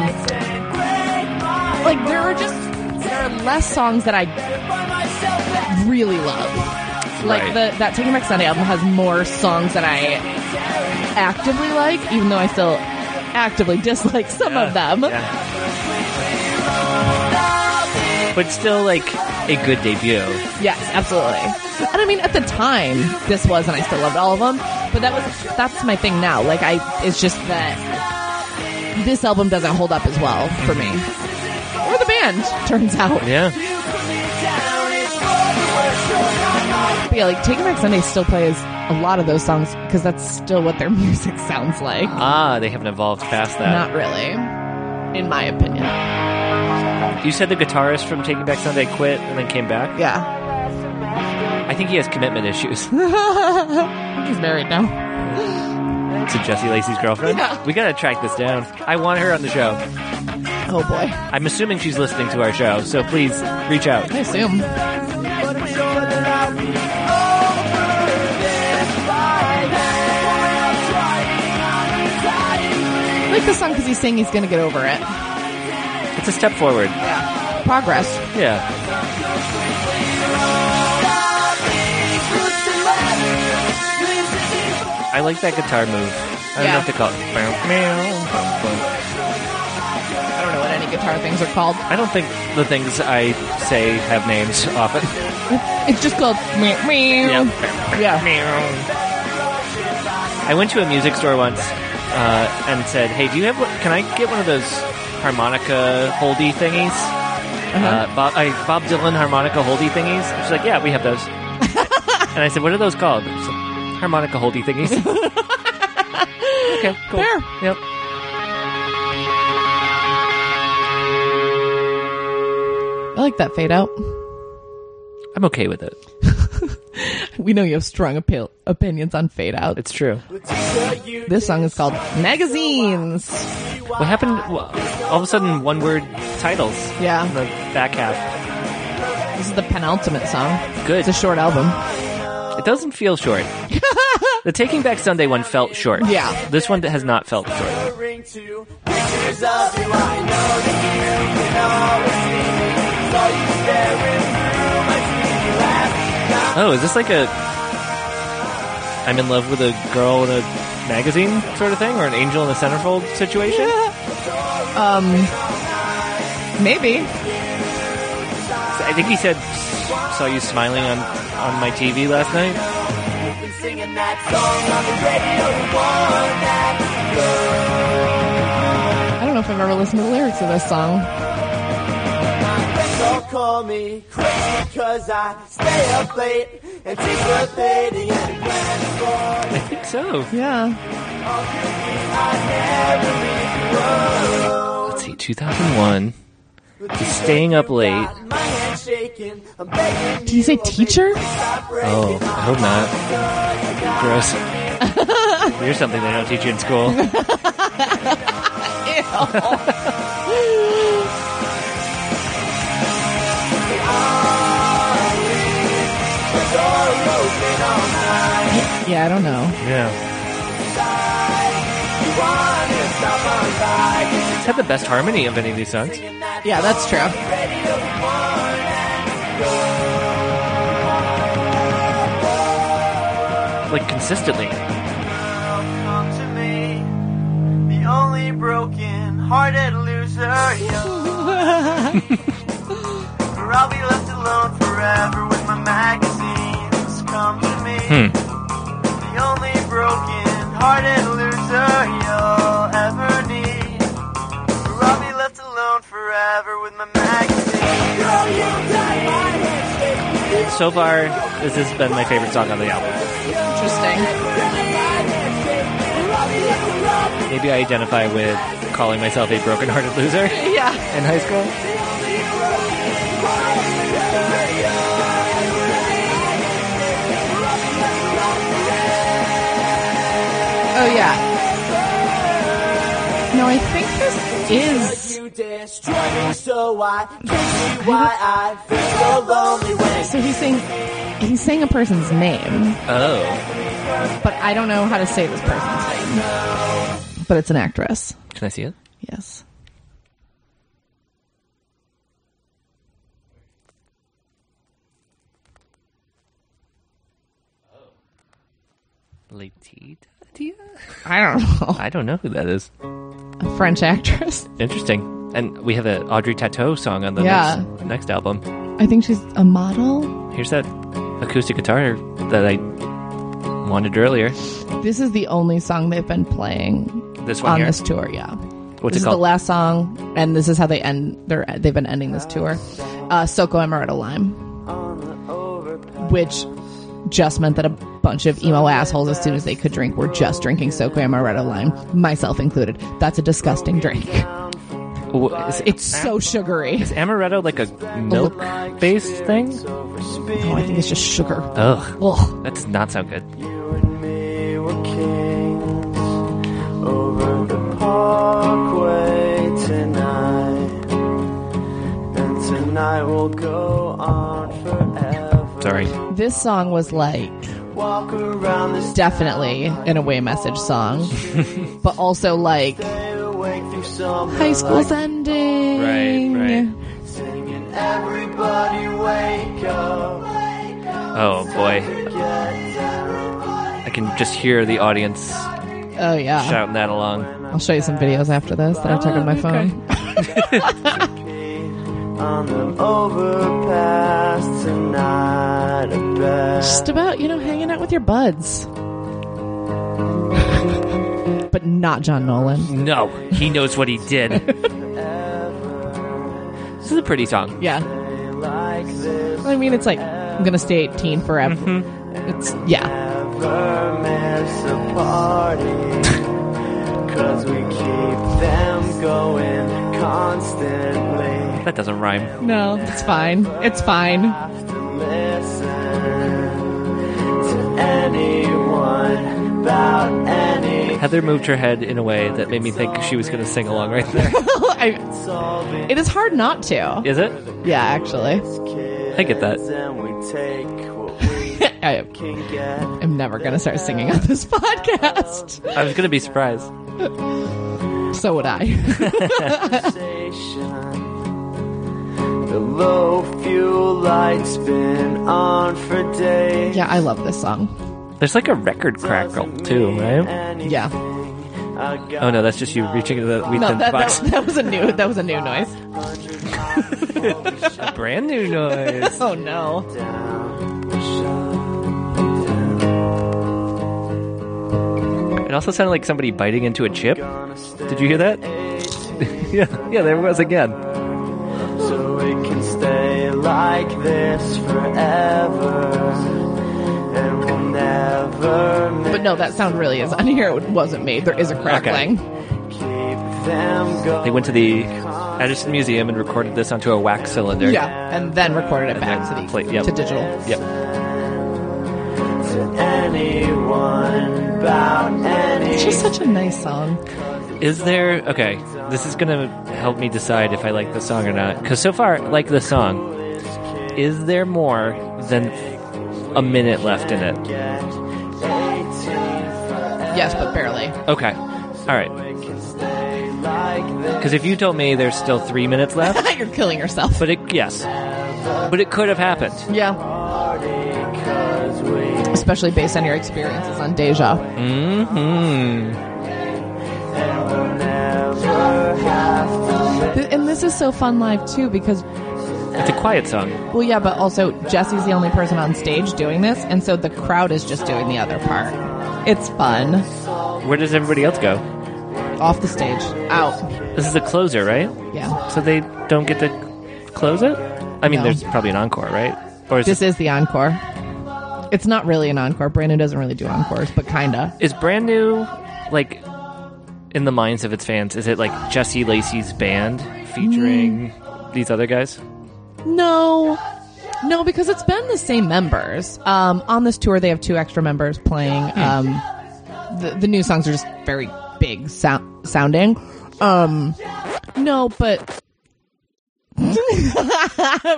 B: like there are just there are less songs that I really love. Like
A: Right.
B: the that Taking Back Sunday album has more songs that I actively like, even though I still actively dislike some of them.
A: Yeah. But still, like a good debut.
B: Yes, absolutely. And I mean, at the time, this was, and I still loved all of them. But that was that's my thing now. Like, I it's just that this album doesn't hold up as well for me, or the band. Turns out,
A: Yeah,
B: But yeah, like Taking Back Sunday still plays a lot of those songs because that's still what their music sounds like.
A: ah, they haven't evolved past that.
B: Not really, in my opinion.
A: you said the guitarist from Taking Back Sunday quit and then came back.
B: Yeah,
A: I think he has commitment issues
B: he's married now.
A: to Jesse Lacey's girlfriend.
B: Yeah.
A: We gotta track this down. I want her on the show.
B: Oh boy,
A: I'm assuming she's listening to our show, so please reach out.
B: I assume. I like this song because he's saying he's gonna get over it.
A: It's a step forward.
B: Progress.
A: Yeah. I like that guitar move. I don't
B: Yeah.
A: know what to call it. Bow, meow, bum, bum.
B: I don't know what any guitar things are called.
A: I don't think the things I say have names often.
B: It's just called meow. meow. Yeah.
A: I went to a music store once uh, and said, "Hey, do you have? one- Can I get one of those harmonica holdy thingies? Uh, Bob, I, Bob Dylan harmonica holdy thingies?" She's like, "Yeah, we have those." and I said, "What are those called?" She's like, harmonica holdy thingies. okay, cool.
B: Fair.
A: Yep.
B: I like that fade out.
A: I'm okay with it.
B: We know you have strong opi- opinions on fade out.
A: It's true.
B: This song is called Magazines.
A: What happened? wh- All of a sudden, one-word titles.
B: Yeah.
A: In the back half.
B: This is the penultimate song.
A: Good.
B: It's a short album.
A: It doesn't feel short. the Taking Back Sunday one felt short.
B: Yeah.
A: This one has not felt short.
C: Ring to pictures of you. I know that you can
A: Oh, is
C: always see me. So you staring through my TV glass.
A: this like a I'm in love with a girl in a magazine sort of thing or an angel in a centerfold situation?
B: Um, Maybe.
A: I think he said saw you smiling on on my TV last night.
C: Been singing that song on the radio. You want that?
B: I don't know if I've ever listened to the lyrics of this song.
C: So call me crazy cause I stay up late anticipating any plan for
A: I think so.
B: Yeah.
C: I never leave you alone.
A: Let's see, 2001. He's staying up late.
C: Got my hand shaking. I'm begging
B: Did he say teacher?
C: Stop breaking
A: Oh, I hope not. Gross. Here's something they don't teach you in school.
B: Yeah, I don't know.
A: Yeah.
C: You wanna stop my ride.
A: It's had the best harmony of any of these songs.
B: Yeah, that's true.
A: Like consistently.
C: Come to me, the only broken-hearted loser. you. or I'll be left alone forever with my magazines. Come to me,
A: Hmm.
C: the only broken-hearted loser you'll ever need. Or I'll be left alone forever with my magazines.
A: So far, this has been my favorite song on the album.
B: Interesting.
A: Maybe I identify with calling myself a broken-hearted loser in
B: Yeah.
A: high school.
B: Oh yeah. No, I think this is.
C: You destroy me, so I kiss you. Why I feel so lonely when
B: So he's saying he's saying a person's name,
A: Oh,
B: but I don't know how to say this person's name. But it's an actress.
A: can I see it?
B: Yes.
A: Letitia? Tia?
B: I don't know.
A: I don't know who that is.
B: A French actress.
A: Interesting. And we have an Audrey Tateau song on the
B: Yeah.
A: next, next album.
B: I think she's a model.
A: Here's that acoustic guitar that I wanted earlier.
B: This is the only song they've been playing
A: This one
B: on
A: here.
B: this tour. Yeah.
A: What's
B: this
A: it
B: is the
A: called?
B: last song, and this is how they end. Their, they've been ending this tour. Uh, Soko Amaretto Lime,
C: on the overpass.
B: which just meant that a bunch of emo assholes, as soon as they could drink, were just drinking Soko Amaretto Lime, myself included. That's a disgusting drink.
A: Wh- is it-
B: It's so sugary.
A: is amaretto like a milk-based thing?
B: Oh, I think it's just sugar.
A: Ugh,
B: Ugh.
A: that does not sound good.
C: You and me were kings over the parkway tonight. And tonight will go on forever.
A: Sorry.
B: This song was like
C: Walk around this
B: definitely an away message song, but also like
C: day awake through summer
B: high school's ending.
A: oh, Right, right.
C: lights, singing everybody wake up.
A: Oh boy,
C: Get
A: I can just hear the audience
B: Oh yeah.
A: shouting that along.
B: I'll show you some videos after this that I took on
A: Oh,
B: my phone.
C: on the overpass tonight at best.
B: Just about, you know, hanging out with your buds. but not John Nolan.
A: No, he knows what he did. this is a pretty song.
B: Yeah.
C: Like this
B: I mean, it's like, I'm going to stay 18 forever.
A: Mm-hmm.
B: It's, yeah.
C: Never miss a party. Cause we keep them going constantly.
A: That doesn't rhyme.
B: No, it's fine. It's fine.
C: Have to listen to anyone about any
A: Heather moved her head in a way that made me think she was going to sing along right there.
B: I,
C: solving
B: it is hard not to.
A: Is it?
B: Yeah, actually.
C: kids.
A: I get that.
C: And we take what we
B: I
C: can get.
B: am never going to start singing on this podcast.
A: I was going to be surprised.
B: So would I.
C: station. The low fuel light's been on for days.
B: Yeah, I love this song.
A: There's like a record crackle too, right?
B: Yeah.
A: Oh no, that's just you reaching into the wheat
B: No, that,
A: box.
B: that, that was a new that was a new noise.
A: Brand new noise.
B: Oh no.
A: It also sounded like somebody biting into a chip. Did you hear that? yeah, yeah, there it was again.
C: So it can stay like this forever. And we'll never
B: But no, that sound really is on here. It wasn't me. There is a crackling.
C: keep them going.
A: They went to the Edison Museum and recorded this onto a wax cylinder.
B: Yeah, and then recorded it back
A: then
B: to the
A: play- yep.
B: to digital.
A: Yep.
C: to anyone about
B: It's
C: any.
B: just such a nice song.
A: Is there okay? This is gonna help me decide if I like the song or not. Because so far, I like the song. Is there more than a minute left in it?
C: Get 18 forever.
B: Yes, but barely.
A: Okay. All right.
C: It can stay like this.
A: Because if you told me there's still three minutes left,
B: You're killing yourself.
A: but it yes, but it could have happened.
B: yeah,
C: Because we
B: especially based on your experiences on Deja.
A: Mm-hmm.
C: never have to
B: Th- And this is so fun live too because
A: It's a quiet song.
B: well, yeah, but also Jesse's the only person on stage doing this, and so the crowd is just doing the other part. It's fun.
A: Where does everybody else go?
B: Off the stage, out.
A: This is a closer, right?
B: Yeah,
A: So they don't get to close it? I mean,
B: No.
A: there's probably an encore, right? Or is,
B: this is the encore. It's not really an encore. Brandon doesn't really do encores, but kinda.
A: is brand new like in the minds of its fans? Is it like Jesse Lacey's band featuring
B: Mm.
A: these other guys?
B: No. No, because it's been the same members. Um, on this tour, they have two extra members playing. Um, the, the new songs are just very big sound- sounding. Um, no, but.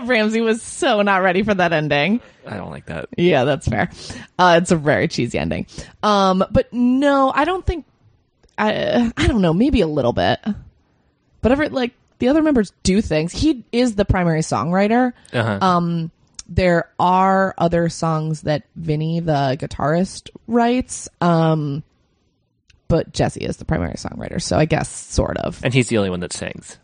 B: Ramsey was so not ready for that ending.
A: I don't like that.
B: Yeah, that's fair. Uh, it's a very cheesy ending. Um, but no, I don't think. I I don't know. Maybe a little bit, but every like the other members do things. He is the primary songwriter.
A: Uh-huh.
B: Um, there are other songs that Vinny, the guitarist, writes. Um, but Jesse is the primary songwriter, so I guess sort of.
A: and he's the only one that sings.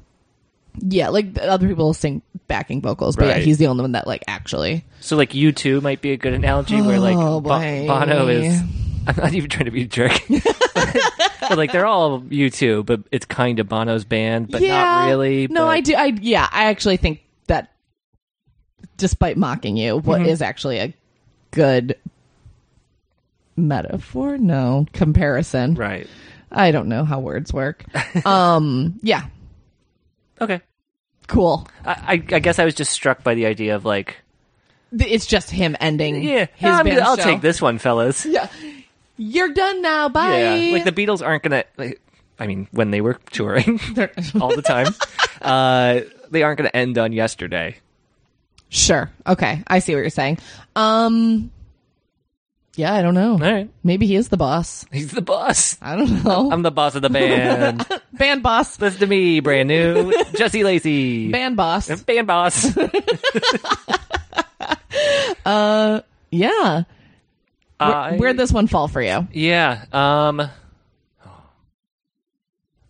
B: Yeah, like the other people sing backing vocals, but yeah,
A: Right.
B: he's the only one that like actually.
A: So like you two might be a good analogy where like
B: Oh,
A: Bo-
B: boy.
A: Bono is. I'm not even trying to be a jerk, but like they're all you two, but it's kind of Bono's band, but not really.
B: No,
A: but-
B: I do. I yeah, I actually think that, despite mocking you, what
A: Mm-hmm.
B: is actually a good metaphor? No comparison.
A: Right.
B: I don't know how words work. um. Yeah.
A: Okay.
B: Cool.
A: I, I, I guess I was just struck by the idea of like,
B: Th- It's just him ending.
A: yeah,
B: His
A: I'm-
B: band's
A: I'll
B: show.
A: take this one, fellas.
B: Yeah. You're done now. Bye.
A: Yeah, like the Beatles aren't gonna. Like, I mean, when they were touring all the time, uh, they aren't gonna end on yesterday.
B: Sure. Okay. I see what you're saying. Um. Yeah, I don't know.
A: All right,
B: Maybe he is the boss.
A: he's the boss.
B: I don't know.
A: I'm the boss of the band.
B: Band boss.
A: Listen to me, brand new Jesse Lacey,
B: Band boss.
A: band boss.
B: Yeah.
A: Uh,
B: Where'd this one fall for you?
A: Yeah. Um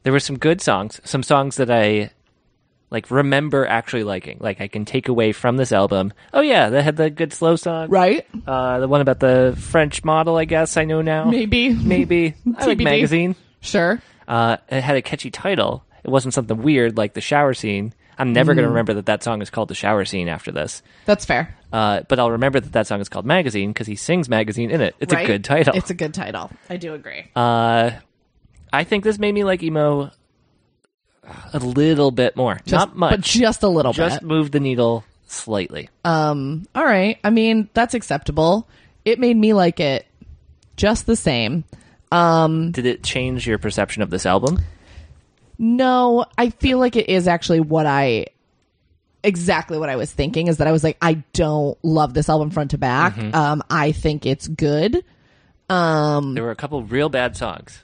A: There were some good songs, some songs that I like remember actually liking. Like I can take away from this album. Oh yeah, that had the good slow song.
B: Right?
A: Uh the one about the French model, I guess I know now.
B: Maybe.
A: Maybe. I like
B: TBD.
A: magazine.
B: Sure.
A: Uh it had a catchy title. It wasn't something weird like the shower scene. I'm never
B: Mm.
A: going to remember that that song is called the shower scene after this.
B: That's fair.
A: Uh, but I'll remember that that song is called Magazine because he sings Magazine in it. It's
B: right?
A: a good title.
B: It's a good title. I do agree.
A: Uh, I think this made me like emo a little bit more.
B: Just-
A: Not much.
B: But just a little
A: just
B: bit.
A: moved the needle slightly.
B: Um, all right. I mean, that's acceptable. It made me like it just the same.
A: Did it change your perception of this album?
B: No, I feel like it is actually what I exactly what I was thinking is that I was like, I don't love this album front to back.
A: Mm-hmm.
B: Um, I think it's good. Mm.
A: There were a couple real bad songs.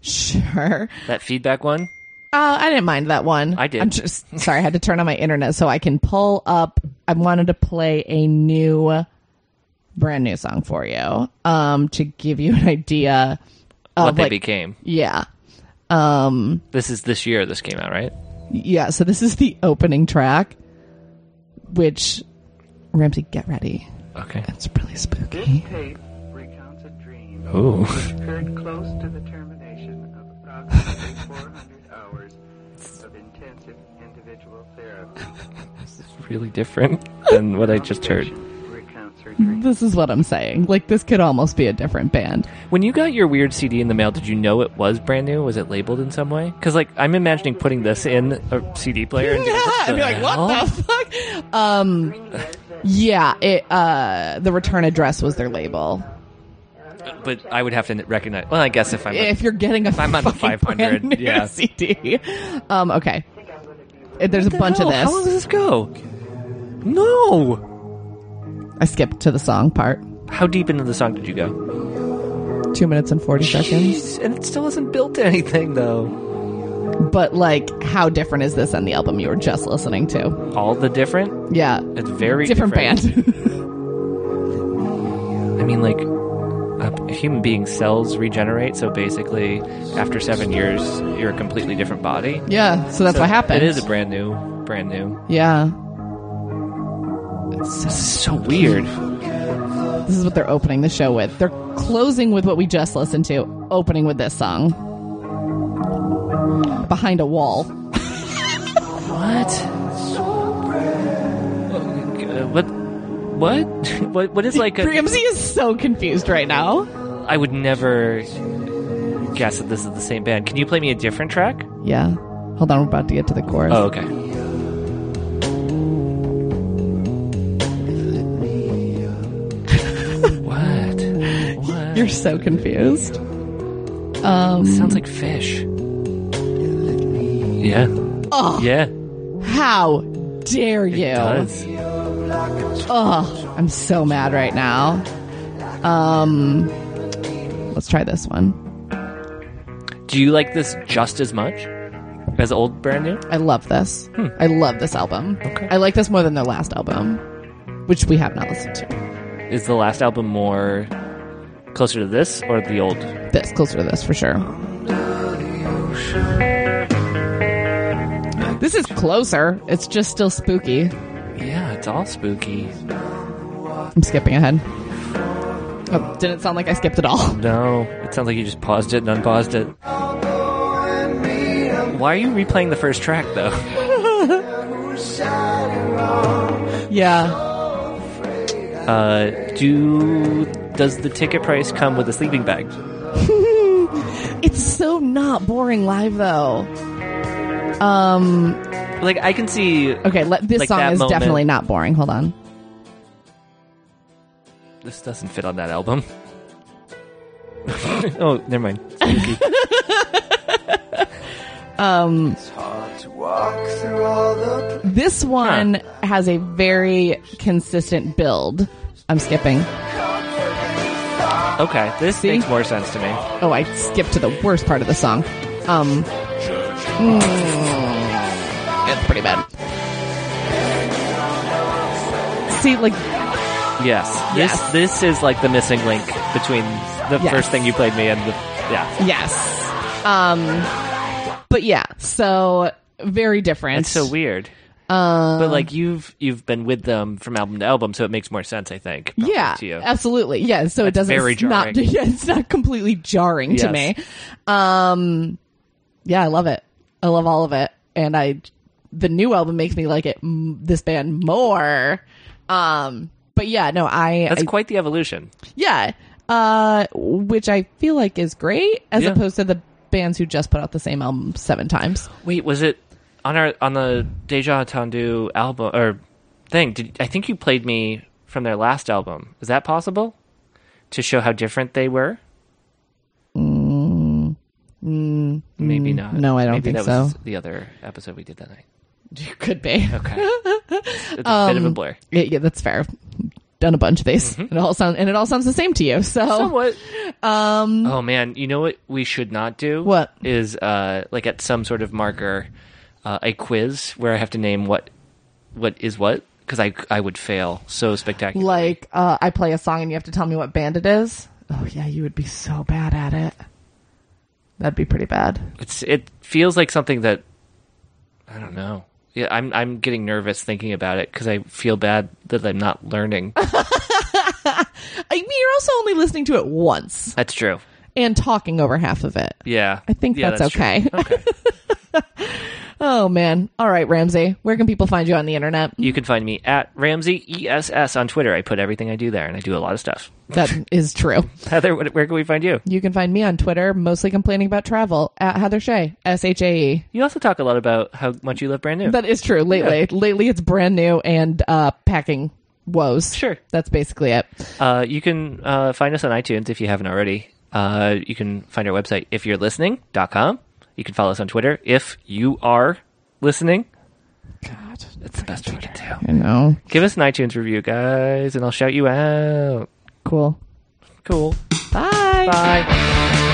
B: Sure.
A: That feedback one,
B: Uh, I didn't mind that one.
A: I did.
B: I'm just sorry. I had to turn on my internet so I can pull up. I wanted to play a new, brand new song for you, um, to give you an idea of
A: what they
B: Uh, like,
A: became.
B: yeah, um,
A: This is this year. This came out, right?
B: yeah. So this is the opening track, which Ramsey, get ready.
A: Okay.
B: It's really spooky.
D: tape recounts a dream
A: Ooh,
D: which occurred close to the termination of approximately 400 hours of intensive individual therapy.
A: really different than what I just heard.
D: Recounts her dream.
B: This is what I'm saying. Like this could almost be a different band.
A: When you got your weird CD in the mail, did you know it was brand new? Was it labeled in some way? Because like I'm imagining putting this in a CD player and being like,
B: I'd be like,
A: hell?"
B: what the fuck? Um, yeah, it, uh, the return address was their label.
A: But I would have to recognize. Well, I guess if I'm a-
B: If you're getting a
A: I'm on the
B: fucking
A: 500,
B: brand new
A: yeah.
B: CD, um, okay. It- There's a
A: the
B: bunch of
A: hell? How long does this
B: this.
A: go? No.
B: I skipped to the song part.
A: How deep into the song did you go?
B: Two minutes and forty seconds.
A: Jeez, and it still isn't built to anything though.
B: But like, how different is this on the album you were just listening to?
A: All the different.
B: Yeah,
A: It's very
B: different,
A: different,
B: band.
A: I mean, like a human being's cells regenerate, so basically, after seven years, you're a completely different body.
B: yeah, so that's
A: So
B: what happened.
A: It is a brand new, brand new.
B: yeah.
A: So weird.
B: This is what they're opening the show with. They're closing with what we just listened to, opening with this song. Behind a wall.
A: What? Uh, What? What? What? What is like a?
B: Ramsey is so confused right now.
A: I would never guess that this is the same band. Can you play me a different track?
B: Yeah. Hold on, we're about to get to the chorus.
A: Oh, okay. what? What?
B: You're so confused. Um,
A: Sounds like fish. Yeah.
B: Ugh.
A: Yeah.
B: how dare you?
A: It does.
B: Ugh, I'm so mad right now. Um, let's try this one.
A: Do you like this just as much as old brand new?
B: I love this. I love this album.
A: Hmm. Okay.
B: I like this more than their last album, which we have not listened to.
A: Is the last album more closer to this or the old?
B: This closer to this for sure. This is closer. It's just still spooky.
A: Yeah, it's all spooky.
B: I'm skipping ahead. Oh, didn't sound like I skipped at all.
A: No, it sounds like you just paused it and unpaused it. Why are you replaying the first track though?
B: Yeah.
A: Uh, do does the ticket price come with a sleeping bag?
B: It's so not boring live though. Um,
A: Like I can see
B: Okay, let, this
A: Like
B: song
A: that
B: is
A: moment.
B: definitely not boring. Hold on.
A: this doesn't fit on that album. oh, never mind. Oh.
B: This one has a very consistent build. I'm skipping.
A: Okay, this
B: See?
A: makes more sense to me.
B: Oh, I skipped to the worst part of the song. Um, mm, it's pretty bad. See, like,
A: Yes,
B: Yes.
A: this this is like the missing link between the
B: Yes.
A: first thing you played me and the yeah.
B: yes. Um, but yeah, so very different.
A: It's so weird. but
B: um,
A: like you've you've been with them from album to album, so it makes more sense, I think. probably,
B: Yeah,
A: to you.
B: absolutely. Yeah, so it
A: That's
B: doesn't.
A: very
B: it's not-
A: jarring.
B: yeah, it's not completely jarring to
A: Yes.
B: me. Um, yeah, I love it. I love all of it, and I the new album makes me like it m- this band more. Um, but yeah, no, I,
A: That's
B: I-
A: quite the evolution.
B: yeah, uh, which I feel like is great as
A: Yeah.
B: opposed to the bands who just put out the same album seven times.
A: Wait, was it on our on the Deja Tondu album or thing? Did I think you played me from their last album? Is that possible to show how different they were? Maybe not.
B: Mm, no, I don't
A: Maybe that
B: think
A: was
B: so.
A: The other episode we did that night.
B: It could be.
A: Okay, it's a bit
B: Um,
A: of a blur.
B: Yeah, yeah, that's fair. Done a bunch of these.
A: Mm-hmm.
B: It all sounds and it all sounds the same to you. So
A: Somewhat. Um. Oh man, you know what we should not do?
B: What?
A: is uh like at some sort of marker, uh, a quiz where I have to name what what is what because I I would fail so spectacularly.
B: like uh, I play a song and you have to tell me what band it is. Oh yeah, you would be so bad at it. That'd be pretty bad.
A: It's it feels like something that I don't know. Yeah, I'm I'm getting nervous thinking about it because I feel bad that I'm not learning.
B: I mean, you're also only listening to it once
A: That's true.
B: and talking over half of it.
A: Yeah,
B: I think
A: Yeah,
B: that's,
A: true.
B: okay.
A: Okay.
B: oh man. All right, Ramsey. Where can people find you on the internet?
A: You can find me at Ramsey ESS on Twitter. I put everything I do there, and I do a lot of stuff.
B: That is true.
A: Heather, what- where can we find you?
B: You can find me on Twitter, mostly complaining about travel at Heather Shea, S H A E.
A: You also talk a lot about how much you love brand new.
B: That is true. Lately, lately it's brand new and uh, packing woes.
A: Sure.
B: that's basically it.
A: Uh, you can uh, find us on iTunes if you haven't already. Uh, you can find our website if you're listening.com. You can follow us on Twitter if you are listening.
B: God,
A: That's the best we can do.
B: I know.
A: Give us an iTunes review, guys, and I'll shout you out.
B: Cool.
A: Cool.
B: Bye.
A: Bye.